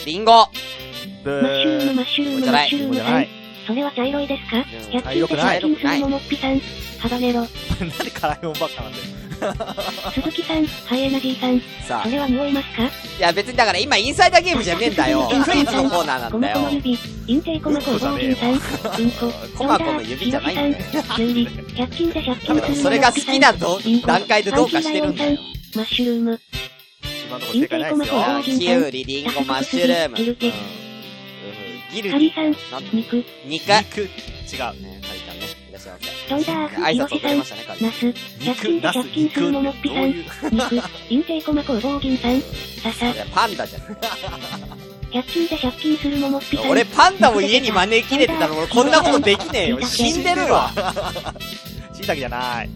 [SPEAKER 2] リンゴ
[SPEAKER 3] ブ
[SPEAKER 8] マッシュルーム
[SPEAKER 3] ー。
[SPEAKER 8] マッシュ
[SPEAKER 2] これ
[SPEAKER 8] ルーム
[SPEAKER 2] じゃ
[SPEAKER 8] マ
[SPEAKER 2] な
[SPEAKER 8] ッ
[SPEAKER 2] い
[SPEAKER 8] シ
[SPEAKER 3] じゃなんい。、
[SPEAKER 8] ュルームさそれは茶色いですか
[SPEAKER 2] ん
[SPEAKER 8] キャッチ
[SPEAKER 3] 茶色く
[SPEAKER 8] ー
[SPEAKER 3] ない
[SPEAKER 8] 最近するももっぴさん、ハバネロ、
[SPEAKER 3] なんで辛いもんばっかなんだよ。
[SPEAKER 8] 鈴木さん、ハイエナジーさん、
[SPEAKER 2] さあ。
[SPEAKER 8] それは匂いますか
[SPEAKER 2] いや別にだから今インサイダーゲームじゃねえんだよ。クイズのコーナーな
[SPEAKER 8] コ
[SPEAKER 2] んだ
[SPEAKER 8] マコマ
[SPEAKER 2] よ。
[SPEAKER 8] 指、インテイコマコおぼうきんさん、うんこ、
[SPEAKER 2] コマコの指じゃないんだよ。
[SPEAKER 8] キュウリ、100均で100均する
[SPEAKER 2] それが好きなど段階でどうかしてるんだよ。
[SPEAKER 8] マッシュルーム、
[SPEAKER 3] 今のとこ正解ないですよ
[SPEAKER 8] インテ。
[SPEAKER 2] あーキュウリ、リンゴ、マッシュルーム。
[SPEAKER 8] ギルテ
[SPEAKER 2] ギル
[SPEAKER 8] カリさん、
[SPEAKER 2] なんだ
[SPEAKER 8] 肉、
[SPEAKER 2] 肉。ね、
[SPEAKER 3] 肉、違う。
[SPEAKER 2] カリさんね。いらっしゃいませ。
[SPEAKER 8] トイダー、
[SPEAKER 2] 挨
[SPEAKER 8] ヒロ
[SPEAKER 2] 拶遅
[SPEAKER 8] シさ
[SPEAKER 2] れ
[SPEAKER 8] ん
[SPEAKER 2] ま、したね、カリさん
[SPEAKER 8] ナス、100均
[SPEAKER 3] 肉、
[SPEAKER 8] で
[SPEAKER 3] ナス、
[SPEAKER 8] 100均
[SPEAKER 3] 肉
[SPEAKER 8] するももっ
[SPEAKER 3] って
[SPEAKER 8] ぴ
[SPEAKER 3] どう
[SPEAKER 8] さ
[SPEAKER 3] い
[SPEAKER 8] ん、
[SPEAKER 3] う、
[SPEAKER 8] 肉、インテイコマコおぼうきんさん、笹
[SPEAKER 2] そ、れパンダじゃん。
[SPEAKER 8] 100均で100均するももっぴさん、
[SPEAKER 2] 俺パンダを家に招き入れてたの俺こんなことできねえよ。死んでるわ。
[SPEAKER 3] 椎茸じゃない。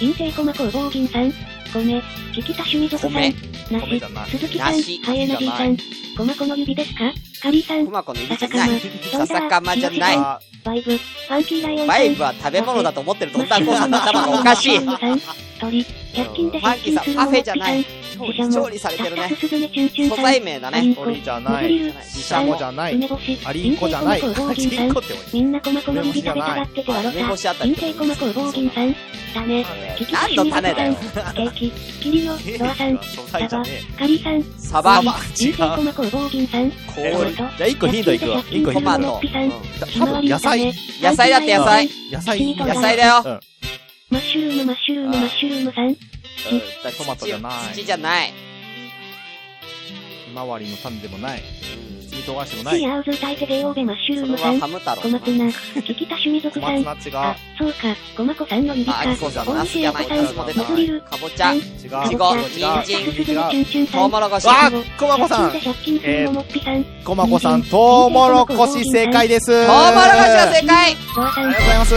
[SPEAKER 8] インテイコマコおぼうきんさん、米、キキタシュミ族さん、
[SPEAKER 2] 米
[SPEAKER 8] 梨
[SPEAKER 3] 米じゃない
[SPEAKER 8] 鈴木さん、
[SPEAKER 2] 梨
[SPEAKER 8] ハイエナジーさん、コマコの指ですかカリーさん
[SPEAKER 2] く、まこのいびき
[SPEAKER 8] 笹
[SPEAKER 2] じゃな
[SPEAKER 8] か
[SPEAKER 2] い。
[SPEAKER 8] ま、
[SPEAKER 2] 笹かまじゃない。
[SPEAKER 3] あ
[SPEAKER 8] バイブ、ファンキーライオンさん、
[SPEAKER 2] バイブは食べ物だと思ってるドンタンコーさんの頭がおかしい。
[SPEAKER 8] マッシュルームさん鳥、100均で
[SPEAKER 2] マン
[SPEAKER 8] 返
[SPEAKER 2] キーさ
[SPEAKER 8] 金す
[SPEAKER 2] ん、
[SPEAKER 8] る
[SPEAKER 2] パフェじゃ
[SPEAKER 8] モモッ
[SPEAKER 2] な
[SPEAKER 8] ピ
[SPEAKER 2] い。
[SPEAKER 8] さんシシャモ
[SPEAKER 2] 調理されてるね
[SPEAKER 8] タッタクスズメチュンチュン
[SPEAKER 2] 素
[SPEAKER 8] さん
[SPEAKER 2] 材名だ
[SPEAKER 8] ア
[SPEAKER 2] ね
[SPEAKER 8] リン。コ
[SPEAKER 3] 鳥じゃ
[SPEAKER 8] ム
[SPEAKER 3] な
[SPEAKER 8] グリ
[SPEAKER 3] い。
[SPEAKER 8] ル、
[SPEAKER 2] シ
[SPEAKER 3] シ
[SPEAKER 2] シ
[SPEAKER 3] シ
[SPEAKER 2] ャ
[SPEAKER 3] ャ
[SPEAKER 2] モ
[SPEAKER 3] モ
[SPEAKER 2] じ
[SPEAKER 3] じ
[SPEAKER 2] ゃ
[SPEAKER 3] ゃな
[SPEAKER 8] 梅
[SPEAKER 3] い。
[SPEAKER 8] 干し、
[SPEAKER 3] アリンコじゃない。
[SPEAKER 8] 銀
[SPEAKER 3] ア
[SPEAKER 8] 星
[SPEAKER 3] リン
[SPEAKER 8] コ
[SPEAKER 3] コ
[SPEAKER 8] マ
[SPEAKER 3] って
[SPEAKER 8] みんなコマコマにびたべたがってて笑っ
[SPEAKER 2] 梅干
[SPEAKER 8] た。
[SPEAKER 2] しあった
[SPEAKER 8] 銀
[SPEAKER 2] り
[SPEAKER 8] 星コマ工房銀さん、種、キキ
[SPEAKER 2] 何の種だよ。
[SPEAKER 8] ケーキ、キリノ、ドアさん、
[SPEAKER 3] 素材じゃね
[SPEAKER 8] カリーさん、
[SPEAKER 2] サバ、
[SPEAKER 8] 銀星コマ工房銀さん、
[SPEAKER 3] え。
[SPEAKER 2] 氷、
[SPEAKER 3] じゃあ一個ヒントいくわ。一個ヒ
[SPEAKER 2] ト
[SPEAKER 3] ン
[SPEAKER 2] マ
[SPEAKER 3] ト。
[SPEAKER 2] ト
[SPEAKER 8] モッピさん、ひ
[SPEAKER 3] 多
[SPEAKER 8] まわ
[SPEAKER 3] 分
[SPEAKER 8] り
[SPEAKER 3] 野菜。
[SPEAKER 8] 炒め
[SPEAKER 2] 野菜だって野菜。
[SPEAKER 3] 野菜。
[SPEAKER 8] うん
[SPEAKER 2] 野菜だよ。
[SPEAKER 8] マッシュルーム、マッシュルーム、マッシュルームさん、
[SPEAKER 2] だ
[SPEAKER 3] トマトじゃない
[SPEAKER 2] 土じゃない。
[SPEAKER 3] ひまわりの種でもない。
[SPEAKER 2] うん
[SPEAKER 3] ミトガシもな
[SPEAKER 8] シ
[SPEAKER 3] い。
[SPEAKER 8] アーズ、タイテゲオーベ、マッシュル
[SPEAKER 2] それ
[SPEAKER 8] ームさん
[SPEAKER 2] は、ハム太郎
[SPEAKER 8] 小。松菜、 キキタシミ族
[SPEAKER 3] 小
[SPEAKER 8] さ
[SPEAKER 3] 松菜
[SPEAKER 8] ん、
[SPEAKER 3] 違
[SPEAKER 8] あ、そうか、ごまこさんのみび
[SPEAKER 2] あ、
[SPEAKER 8] か、
[SPEAKER 2] あきこさんの
[SPEAKER 8] 大
[SPEAKER 2] ナスじ
[SPEAKER 8] 西洋
[SPEAKER 2] ゃ
[SPEAKER 8] 子
[SPEAKER 2] ない。
[SPEAKER 8] さ
[SPEAKER 2] ナス
[SPEAKER 8] ん、
[SPEAKER 2] も出
[SPEAKER 8] モグリ
[SPEAKER 2] た。
[SPEAKER 8] ル、
[SPEAKER 2] かぼちゃ、
[SPEAKER 3] う。
[SPEAKER 2] ち
[SPEAKER 3] 違う。
[SPEAKER 2] ご、
[SPEAKER 8] 違う
[SPEAKER 2] 人参、
[SPEAKER 8] すずめチュンチュン
[SPEAKER 2] ト
[SPEAKER 8] さ
[SPEAKER 2] ウ
[SPEAKER 8] ん、
[SPEAKER 2] モロコシ。
[SPEAKER 3] わあ、こまこさ
[SPEAKER 8] 100
[SPEAKER 3] ん
[SPEAKER 8] 均で。借金するももっぴさん、
[SPEAKER 3] こまこさん、とうもろこし正解です。とう
[SPEAKER 2] トウモロコシは正解
[SPEAKER 8] ドアさ
[SPEAKER 3] あ
[SPEAKER 8] ん、
[SPEAKER 3] りがとうございま
[SPEAKER 8] サ
[SPEAKER 3] す。
[SPEAKER 8] ンダー、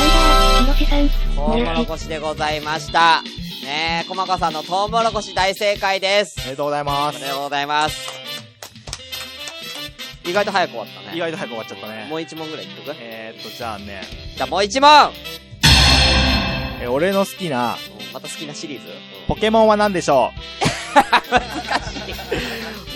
[SPEAKER 8] ヒロシさん、
[SPEAKER 2] トウモロコシでございました。ねえ、こまこさんのトウモロコシ大正解です。
[SPEAKER 3] ありがとうございま
[SPEAKER 2] おめ
[SPEAKER 3] す
[SPEAKER 2] で。とうございます。意外と早く終わったね。
[SPEAKER 3] 意外と早く終わっちゃったね
[SPEAKER 2] も。う一問ぐらいいっとく
[SPEAKER 3] えーっと、じゃあね、
[SPEAKER 2] じゃあもう一問
[SPEAKER 3] え、俺の好きな
[SPEAKER 2] また好きなシリーズ
[SPEAKER 3] ポケモンは何でしょ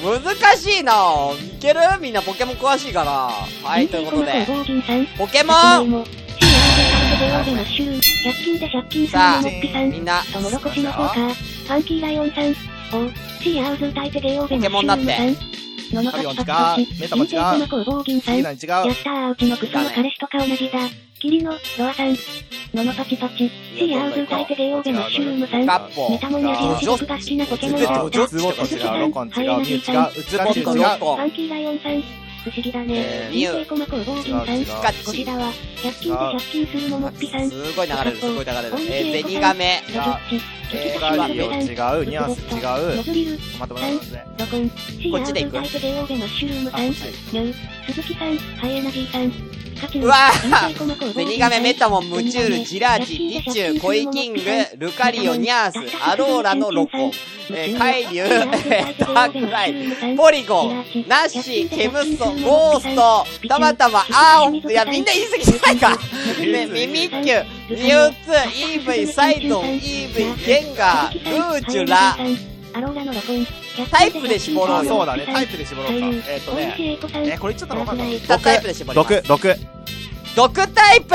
[SPEAKER 2] 難しいないけるみんなポケモン詳しいから。はい、ということで。
[SPEAKER 8] ゴーギンさん、
[SPEAKER 2] ポケモン
[SPEAKER 8] も、シアーズ、タイテゲオーベ、マッシュルーム、100均で借金する
[SPEAKER 2] さ
[SPEAKER 8] ももっぴさ
[SPEAKER 2] あ、
[SPEAKER 8] ん、
[SPEAKER 2] みんな、
[SPEAKER 8] トモロコシの方か、ファンキーライオンさん、お、シアーズ、タイテゲオーベ、マッシュルームさん、野のパチパチパチ、人生コマ工房銀
[SPEAKER 3] う好
[SPEAKER 8] さん
[SPEAKER 3] き、なに違う
[SPEAKER 8] やったーうちのクソの彼氏とか同じだ。キリノ、ロアさん。ノノパチパチ。シーアーズ歌いてゲオーベマッシュルームさん。メ
[SPEAKER 2] ガッポ、
[SPEAKER 8] タモンや人種族が好きなポケモン。
[SPEAKER 3] 違
[SPEAKER 8] フ
[SPEAKER 3] う、ズボと違う、ロコン違う、ミュウ違う、ウツ
[SPEAKER 2] ズ
[SPEAKER 3] ラ
[SPEAKER 2] ボ
[SPEAKER 3] チ
[SPEAKER 2] ッ
[SPEAKER 3] ュ
[SPEAKER 2] ト、
[SPEAKER 3] 違
[SPEAKER 2] ロッ
[SPEAKER 3] う、
[SPEAKER 2] コ
[SPEAKER 8] ァ
[SPEAKER 2] ン、
[SPEAKER 8] ンキーライオンさん。不思議だ
[SPEAKER 2] え
[SPEAKER 8] ね。
[SPEAKER 2] ー
[SPEAKER 8] 人生コマ工房銀
[SPEAKER 3] 違
[SPEAKER 8] さ
[SPEAKER 3] う違
[SPEAKER 8] ん
[SPEAKER 3] う。
[SPEAKER 2] ピカ
[SPEAKER 8] ゴ
[SPEAKER 2] チ
[SPEAKER 8] ジ
[SPEAKER 2] ュ
[SPEAKER 8] ラは、100均で100均するモモッピさん。ラジ
[SPEAKER 2] すごい流れる、すごい流れる。えー、ゼニガメ、
[SPEAKER 8] ョッチ。
[SPEAKER 2] え
[SPEAKER 3] ウ
[SPEAKER 2] ー、
[SPEAKER 3] ガ
[SPEAKER 2] ワ
[SPEAKER 3] リオ
[SPEAKER 2] メ、
[SPEAKER 3] 違う、ニャンス違
[SPEAKER 8] ノ
[SPEAKER 3] う、
[SPEAKER 8] ブリル、
[SPEAKER 3] トマトマトですね。
[SPEAKER 8] ロコン。シーアーズ歌いてゲオーベマッシュルームさん。ニュー、鈴木さん、ハイエナジーさん。ピカチュウ。
[SPEAKER 2] うわ
[SPEAKER 8] 人生コマ工房銀さ
[SPEAKER 2] ゼ
[SPEAKER 8] ん
[SPEAKER 2] ニガメ、メタモン、ムチュール、ジラーチ、ピチュー、コイキング、ルカリオ、ニャース、アローラのロコン、えー、海竜、えー、ダークライ、ポリゴン、ナッシー、ケムッソ、ゴースト、たまたま、アオン、いや、みんな言い過ぎじゃないか。ね、ミミッキュ、ミュウツー、イーブイ、サイドン、イーブイ、ゲンガー、ルーチュラ、
[SPEAKER 8] アローラのロコン
[SPEAKER 2] タイプで絞ろ
[SPEAKER 3] あ、
[SPEAKER 2] よ
[SPEAKER 3] そうだね、タイプで絞ろうか。えーっと
[SPEAKER 8] 小西
[SPEAKER 3] ね、
[SPEAKER 8] 英子さん
[SPEAKER 3] え、これ言っちゃったらわかんない。
[SPEAKER 2] タタイプで絞ります。
[SPEAKER 3] 毒、毒。
[SPEAKER 2] 毒タイプ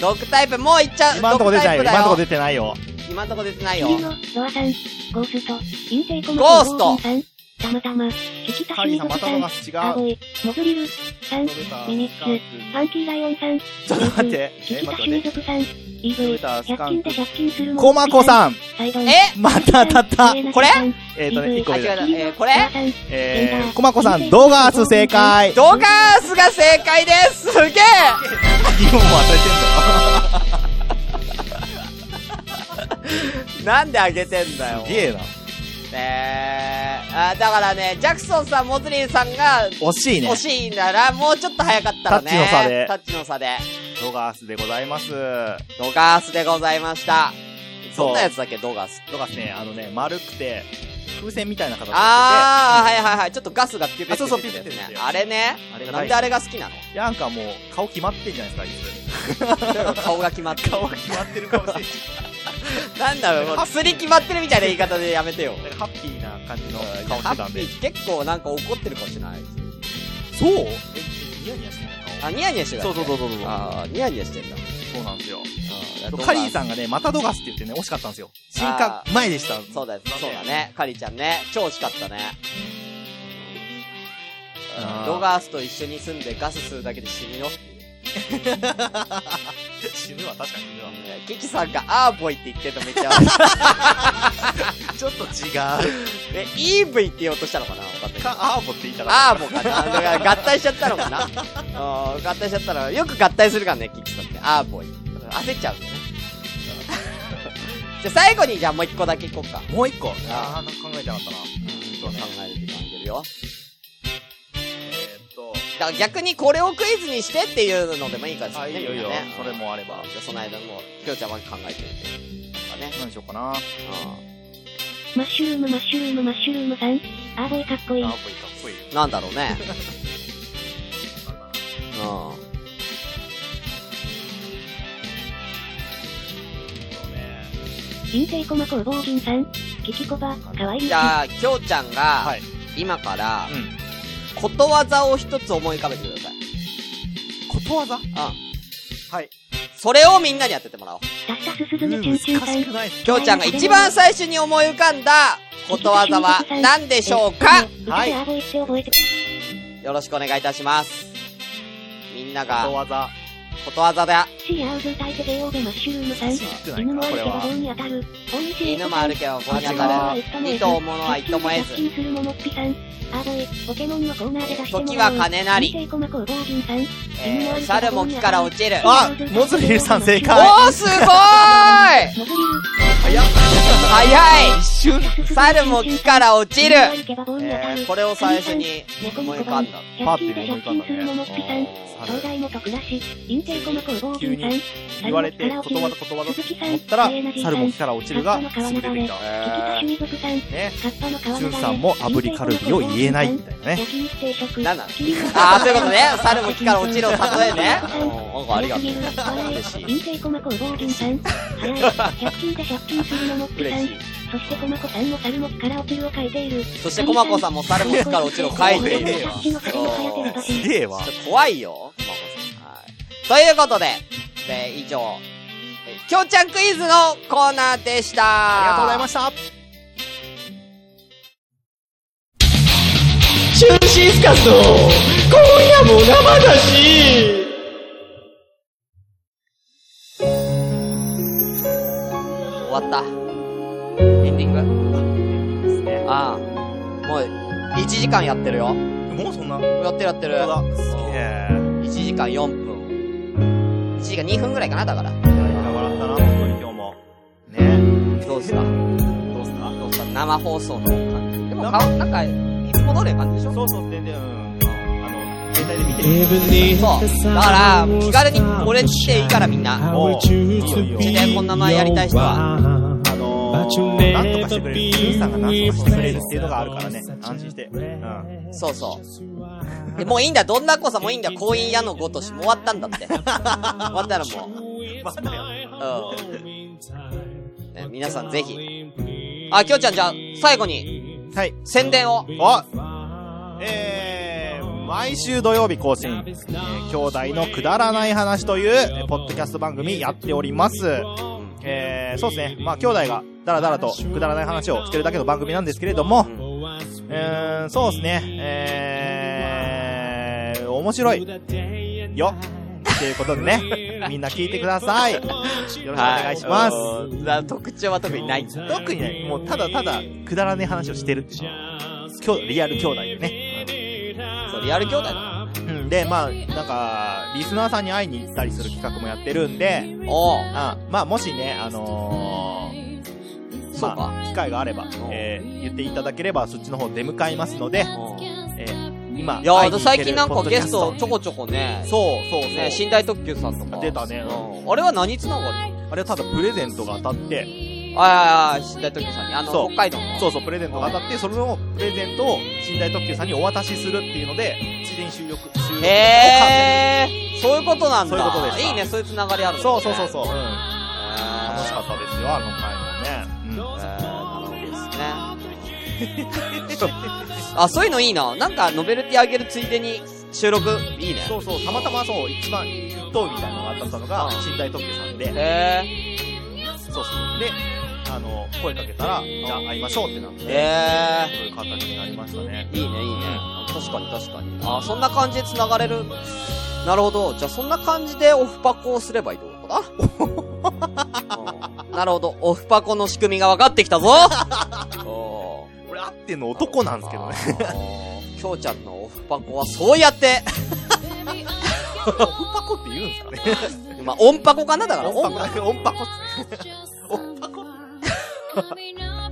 [SPEAKER 2] 毒タイプ、もういっちゃう。
[SPEAKER 3] 今んとこ出てないよ、
[SPEAKER 2] 毒
[SPEAKER 3] 今んとこ
[SPEAKER 2] タイプだよ
[SPEAKER 3] 出てないよ。
[SPEAKER 2] 今んとこ出てない
[SPEAKER 8] キ
[SPEAKER 2] よ。
[SPEAKER 8] リノロアさんゴーストインテイコマ
[SPEAKER 2] ゴースト
[SPEAKER 8] さんたまたまキキタ
[SPEAKER 3] ハ
[SPEAKER 8] シ
[SPEAKER 3] リー
[SPEAKER 8] ミ
[SPEAKER 3] さん、ま
[SPEAKER 8] ゾク
[SPEAKER 3] た
[SPEAKER 8] さ
[SPEAKER 3] の
[SPEAKER 8] ん
[SPEAKER 3] が違
[SPEAKER 8] ア
[SPEAKER 3] う。
[SPEAKER 8] ゴイモグリルさんフミニックァンキーライオンさん
[SPEAKER 3] ちょっと待って、
[SPEAKER 8] キ
[SPEAKER 3] え、
[SPEAKER 8] キタ
[SPEAKER 3] 待っ
[SPEAKER 8] シ
[SPEAKER 3] て
[SPEAKER 8] ミ
[SPEAKER 3] 待って。
[SPEAKER 8] ゾクさんイブイ100均で100均するも
[SPEAKER 3] コマコ
[SPEAKER 8] ん
[SPEAKER 3] さん、
[SPEAKER 8] サイドン
[SPEAKER 2] え
[SPEAKER 3] またたった。
[SPEAKER 2] これ
[SPEAKER 3] えーっとね、一個
[SPEAKER 2] あ、
[SPEAKER 3] 上
[SPEAKER 2] 違う
[SPEAKER 3] だ。
[SPEAKER 2] な。えーこれ
[SPEAKER 3] えー、コマコさん、動画アース正解。
[SPEAKER 2] ドガースが正解ですすげえ
[SPEAKER 3] 疑問を与えてんだよ。
[SPEAKER 2] なんであげてんだよ。
[SPEAKER 3] すげえな。
[SPEAKER 2] えー、あ、だからね、ジャクソンさん、モズリンさんが、
[SPEAKER 3] 惜しいね
[SPEAKER 2] 欲。しいなら、もうちょっと早かったらね。
[SPEAKER 3] タッチの差で
[SPEAKER 2] タッチの差で。
[SPEAKER 3] ドガースでございます。
[SPEAKER 2] ドガースでございました。
[SPEAKER 3] そう
[SPEAKER 2] どんなやつだっけ、ドガース。
[SPEAKER 3] ドガースね、あのね、丸くて、風船みたいな形してて、
[SPEAKER 2] あー、はいはいはい。ちょっとガスがピュピュピュ
[SPEAKER 3] あそうそう
[SPEAKER 2] ピュピュってやつ
[SPEAKER 3] ピュピュピュピ
[SPEAKER 2] ね
[SPEAKER 3] ュ。
[SPEAKER 2] あ
[SPEAKER 3] ピュ
[SPEAKER 2] れね
[SPEAKER 3] あ
[SPEAKER 2] なん
[SPEAKER 3] れ。が大好き
[SPEAKER 2] であれが好きなの
[SPEAKER 3] いやなんかもう、顔決まってんじゃないですか、
[SPEAKER 2] 顔が決まってる。
[SPEAKER 3] いつ。決まってる顔してる。
[SPEAKER 2] なんだろう、もう釣り決まってるみたいな言い方でやめてよ。
[SPEAKER 3] なんかハッピーな感じの顔し
[SPEAKER 2] ハ
[SPEAKER 3] てたん
[SPEAKER 2] ッピ
[SPEAKER 3] で。
[SPEAKER 2] ー結構なんか怒ってるかもしれない。
[SPEAKER 3] そうえ、ニヤニヤしてない
[SPEAKER 2] あ、ニヤニヤしてた
[SPEAKER 3] そ
[SPEAKER 2] っ
[SPEAKER 3] う
[SPEAKER 2] け
[SPEAKER 3] そうそうそうそう。
[SPEAKER 2] あー、ニヤニヤしてんだ。
[SPEAKER 3] そうなんですよ。
[SPEAKER 2] あー
[SPEAKER 3] カリーさんがね、またドガースって言ってね、惜しかったんですよ。進化前でした。
[SPEAKER 2] そうだ、そうだね。カリちゃんね。超惜しかったね。
[SPEAKER 3] あー
[SPEAKER 2] ドガースと一緒に住んでガスするだけで死ぬよ。
[SPEAKER 3] 死ぬわ、確かに死ぬわ。
[SPEAKER 2] キキさんがアーボイって言ってるのめっちゃ笑った。
[SPEAKER 3] ちょっと違う。
[SPEAKER 2] え、イーブイって言おうとしたのかなわかんないけど。
[SPEAKER 3] か、アーボって言いたら。
[SPEAKER 2] アーボかなだから合体しちゃったのかなあー合体しちゃったら、よく合体するからね、キキさんって。アーボイ。だから焦っちゃうん だよね。じゃあ最後に、じゃあもう一個だけいこうか。
[SPEAKER 3] もう一個。あー、なんか考えてなかったな。
[SPEAKER 2] そう考える時間あげるよ。
[SPEAKER 3] えーっと、
[SPEAKER 2] だから逆にこれをクイズにしてっていうのでもいいから
[SPEAKER 3] あ、
[SPEAKER 2] ね。
[SPEAKER 3] いいよいい
[SPEAKER 2] みんな
[SPEAKER 3] よ
[SPEAKER 2] ね。
[SPEAKER 3] それもあれ
[SPEAKER 2] まあ
[SPEAKER 3] ば。
[SPEAKER 2] じゃあその間もう、きょうちゃんは考えてるとかね。
[SPEAKER 3] 何しようかな。
[SPEAKER 2] う
[SPEAKER 8] マッシュルームマッシュルームマッシュルームさんアーボイかっこいい
[SPEAKER 3] アーボいいかも。ぽいよ。
[SPEAKER 2] なんだろうね。
[SPEAKER 3] あまあ
[SPEAKER 2] う
[SPEAKER 3] そうね。
[SPEAKER 8] 金星駒工房銀さん、キキコバ、かわい
[SPEAKER 2] ん。
[SPEAKER 8] い
[SPEAKER 2] じ。ゃあ、きょうちゃんが
[SPEAKER 3] はい、
[SPEAKER 2] 今から、
[SPEAKER 3] うん。
[SPEAKER 2] ことわざを一つ思い浮かべてください。
[SPEAKER 3] ことわざ
[SPEAKER 2] うん。
[SPEAKER 3] はい。
[SPEAKER 2] それをみんなにやってってもらおう。
[SPEAKER 8] たったすすず
[SPEAKER 3] うん
[SPEAKER 8] めチュ
[SPEAKER 3] 難
[SPEAKER 8] ンチ
[SPEAKER 3] し
[SPEAKER 8] ュンさん
[SPEAKER 3] く。ないっす
[SPEAKER 2] きょうちゃんが一番最初に思い浮かんだことわざは何でしょうか
[SPEAKER 3] は
[SPEAKER 8] はいい。アーボイって覚えて。
[SPEAKER 2] よろしくお願いいたします。みんな
[SPEAKER 3] こと
[SPEAKER 2] が、
[SPEAKER 3] わざ。
[SPEAKER 2] ことわざだ。
[SPEAKER 8] シーアウズ大手でオーベマッシュルームさ。
[SPEAKER 3] 難しくなんいか
[SPEAKER 8] 犬も
[SPEAKER 3] な
[SPEAKER 8] あ
[SPEAKER 3] こ
[SPEAKER 8] る
[SPEAKER 3] れ
[SPEAKER 8] けど
[SPEAKER 3] は
[SPEAKER 8] 棒。に当たる。大西英
[SPEAKER 2] 犬
[SPEAKER 8] 子
[SPEAKER 2] も
[SPEAKER 8] さ
[SPEAKER 2] あ
[SPEAKER 8] ん
[SPEAKER 2] る。けど、棒に当た
[SPEAKER 8] あ違
[SPEAKER 2] る
[SPEAKER 8] う。
[SPEAKER 2] 二頭ものは一頭も得ず
[SPEAKER 8] 脱。菌するものっぴさん。アーボイ、ポケモンのコーナーで出してもらおう。
[SPEAKER 2] 時は金なり
[SPEAKER 8] 金星駒工房銀さん。
[SPEAKER 2] えー、猿も木から落ちる。
[SPEAKER 3] あモズリルさん正解
[SPEAKER 2] おー、すごーい
[SPEAKER 8] モズリル。
[SPEAKER 2] 早い
[SPEAKER 3] 一瞬
[SPEAKER 2] 猿も木から落ちるえ
[SPEAKER 8] え
[SPEAKER 2] ー、これを最初に思
[SPEAKER 8] 思
[SPEAKER 2] い
[SPEAKER 8] い
[SPEAKER 2] 浮
[SPEAKER 8] 浮
[SPEAKER 2] か
[SPEAKER 8] か
[SPEAKER 2] ん
[SPEAKER 8] ん
[SPEAKER 2] だ
[SPEAKER 8] だ。
[SPEAKER 3] パー
[SPEAKER 8] 100
[SPEAKER 3] ティーで思い浮か
[SPEAKER 8] 均で100
[SPEAKER 3] ん
[SPEAKER 8] 均
[SPEAKER 3] だ
[SPEAKER 8] するものっぴさん。
[SPEAKER 3] 猿
[SPEAKER 8] 東大元暮らし、隠蔽駒工房銀さん。
[SPEAKER 3] 言われて、ことわざことわざと
[SPEAKER 8] 鈴木さん
[SPEAKER 3] 思ったら
[SPEAKER 8] エレナジ、ーさん
[SPEAKER 3] 猿も木から落ちるが、優れていた。
[SPEAKER 8] 菊田
[SPEAKER 2] え
[SPEAKER 8] 趣味族さん。
[SPEAKER 3] ね。
[SPEAKER 8] カッパの皮の
[SPEAKER 3] ジュンさんも炙りカルビを言えないみたいなね。
[SPEAKER 8] 焼肉定食。
[SPEAKER 2] なんなの あー、そういうことね。猿も木から落ちるを例えね。うんなんかありがとう。 嬉しい。
[SPEAKER 8] 隠蔽駒工房銀さん。早い。100均で100均するものっぴさ
[SPEAKER 2] 嬉
[SPEAKER 8] ん
[SPEAKER 2] し。い。
[SPEAKER 8] そして駒子さんも猿も木から落ちるを書いている。
[SPEAKER 2] そして、コマコさんも猿も木から落ちるを書いている。
[SPEAKER 8] さっきの猿も早けれ
[SPEAKER 2] うん
[SPEAKER 8] ばという
[SPEAKER 3] すげえわ。
[SPEAKER 2] ちょっと怖いよ、コマコさん。はい。ということで、えー以上、えーきょうちゃんクイズのコーナーでした。
[SPEAKER 3] ありがとうございま
[SPEAKER 2] し
[SPEAKER 3] した。
[SPEAKER 6] 中心スカスの、今夜も生だし
[SPEAKER 2] た。終わった。エンディング
[SPEAKER 3] ですね。
[SPEAKER 2] ああ。もう、1時間やってるよ。
[SPEAKER 3] もうそんな、
[SPEAKER 2] やってるやってる。
[SPEAKER 3] 本当だ。すげえ。
[SPEAKER 2] 1時間4分。1時間2分ぐらいかな、だから。
[SPEAKER 3] いやいや、笑ったな、本当に今日も。ね。
[SPEAKER 2] どうすか
[SPEAKER 3] どうすか
[SPEAKER 2] どうすか生放送の感じ。でも、顔、なんか、いつも通りの感じでしょ
[SPEAKER 3] そうそう、全然、うん。あの、携帯で見てる。
[SPEAKER 2] そう。だから、気軽に俺っていいからみんな。
[SPEAKER 3] おういいよいいよ
[SPEAKER 2] うちでこんな前やりたい人は。
[SPEAKER 3] あのー、なんとかしてくれる。ジュンさんがなんとかしてくれるっていうのがあるからね。安心して。うん。
[SPEAKER 2] そうそう。でもういいんだ。どんな子さもいいんだ。婚姻屋のごとし、もう終わったんだって。終わったらも
[SPEAKER 3] まだよ。
[SPEAKER 2] う。うん。ね、皆さんぜひ。あ、きょうちゃんじゃあ、最後に、
[SPEAKER 3] はい。
[SPEAKER 2] 宣伝を。
[SPEAKER 3] あえー、毎週土曜日更新、えー兄弟のくだらない話という、えーポッドキャスト番組やっております。えー、そうですね。まあ、兄弟がだらだらとくだらない話をしてるだけの番組なんですけれども、えー、そうですね。えー、面白い。よ。ということでね、みんな聞いてください。よろしくお願いします。
[SPEAKER 2] はいだ特徴は特にない。
[SPEAKER 3] 特にね、もうただただくだらねえ話をしてるっていう。兄弟、リアル兄弟でね。
[SPEAKER 2] そう、リアル兄弟だ。
[SPEAKER 3] うん、で、まあ、なんか、リスナーさんに会いに行ったりする企画もやってるんで、
[SPEAKER 2] おう。
[SPEAKER 3] あまあ、もしね、あのー
[SPEAKER 2] そう
[SPEAKER 3] ま
[SPEAKER 2] か。
[SPEAKER 3] あ、機会があれば、えー言っていただければ、そっちの方出迎えますので、えー今、
[SPEAKER 2] いや
[SPEAKER 3] 会に
[SPEAKER 2] ー、
[SPEAKER 3] 行け
[SPEAKER 2] 最
[SPEAKER 3] る
[SPEAKER 2] 近なん
[SPEAKER 3] ポ
[SPEAKER 2] か
[SPEAKER 3] ッドキ
[SPEAKER 2] ゲ
[SPEAKER 3] ャ
[SPEAKER 2] ス
[SPEAKER 3] ト
[SPEAKER 2] トちょこちょこね、
[SPEAKER 3] そうそうそう。
[SPEAKER 2] ね、寝台特急さんとか。
[SPEAKER 3] 出たね
[SPEAKER 2] うんあれは何つながり
[SPEAKER 3] あれはただプレゼントが当たって、
[SPEAKER 2] ああ、寝台特急さんに。あの
[SPEAKER 3] そ、う
[SPEAKER 2] 北海道の。
[SPEAKER 3] そうそう、プレゼントが当たって、それのプレゼントを寝台特急さんにお渡しするっていうので、自然収録、収録を兼ね
[SPEAKER 2] へえ、そういうことなんだ。
[SPEAKER 3] そういうことでした
[SPEAKER 2] いいね、そういうつながりあるの
[SPEAKER 3] そうそうそうそう。うん。楽
[SPEAKER 2] 楽
[SPEAKER 3] しかったですよ、あの回もね。
[SPEAKER 2] えー、なるほどですね。 あ、そういうのいいな。なんか、ノベルティあげるついでに収録、いいね。
[SPEAKER 3] そうそう、たまたまそう、一番等みたいなのが当たったのが、身体特急さんで、
[SPEAKER 2] へ
[SPEAKER 3] そうそう。で、あの、声かけたら、じゃあ会いましょうってなって、
[SPEAKER 2] え、へ
[SPEAKER 3] そういう形になりましたね。
[SPEAKER 2] え、いいね、いいね。確かに確かに。あ、そんな感じで繋がれる。なるほど。じゃあ、そんな感じでオフパコをすればいいってことかなうんなるほど。オフパコの仕組みが分かってきたぞおー
[SPEAKER 3] 俺、会ってんの男なんですけどね。
[SPEAKER 2] ね。きょうちゃんのオフパコはそうやって、
[SPEAKER 3] オフパコって言うんですかね。
[SPEAKER 2] まあ、音パコかなだから、
[SPEAKER 3] オ
[SPEAKER 2] 音
[SPEAKER 3] ン
[SPEAKER 2] パ
[SPEAKER 3] パ
[SPEAKER 2] コ。
[SPEAKER 3] コ、オンパコっすね。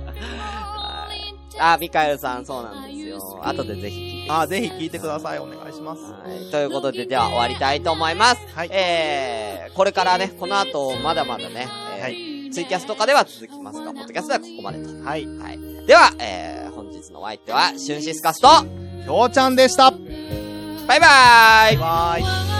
[SPEAKER 2] あ、ミカエルさん、そうなんですよ。後でぜひ聞いて。
[SPEAKER 3] あー、ぜひ聞いてください。お願いします。
[SPEAKER 2] はい。ということで、では終わりたいと思います。
[SPEAKER 3] はい
[SPEAKER 2] えー、これからね、この後、まだまだね、えー
[SPEAKER 3] はい。
[SPEAKER 2] ツイキャスとかでは続きますが、ポッドキャストではここまでと。
[SPEAKER 3] はい。
[SPEAKER 2] はい。では、えー、本日のお相手は、シュンシスカスと、きょうちゃんでした。
[SPEAKER 3] バイバーイ
[SPEAKER 2] バイ。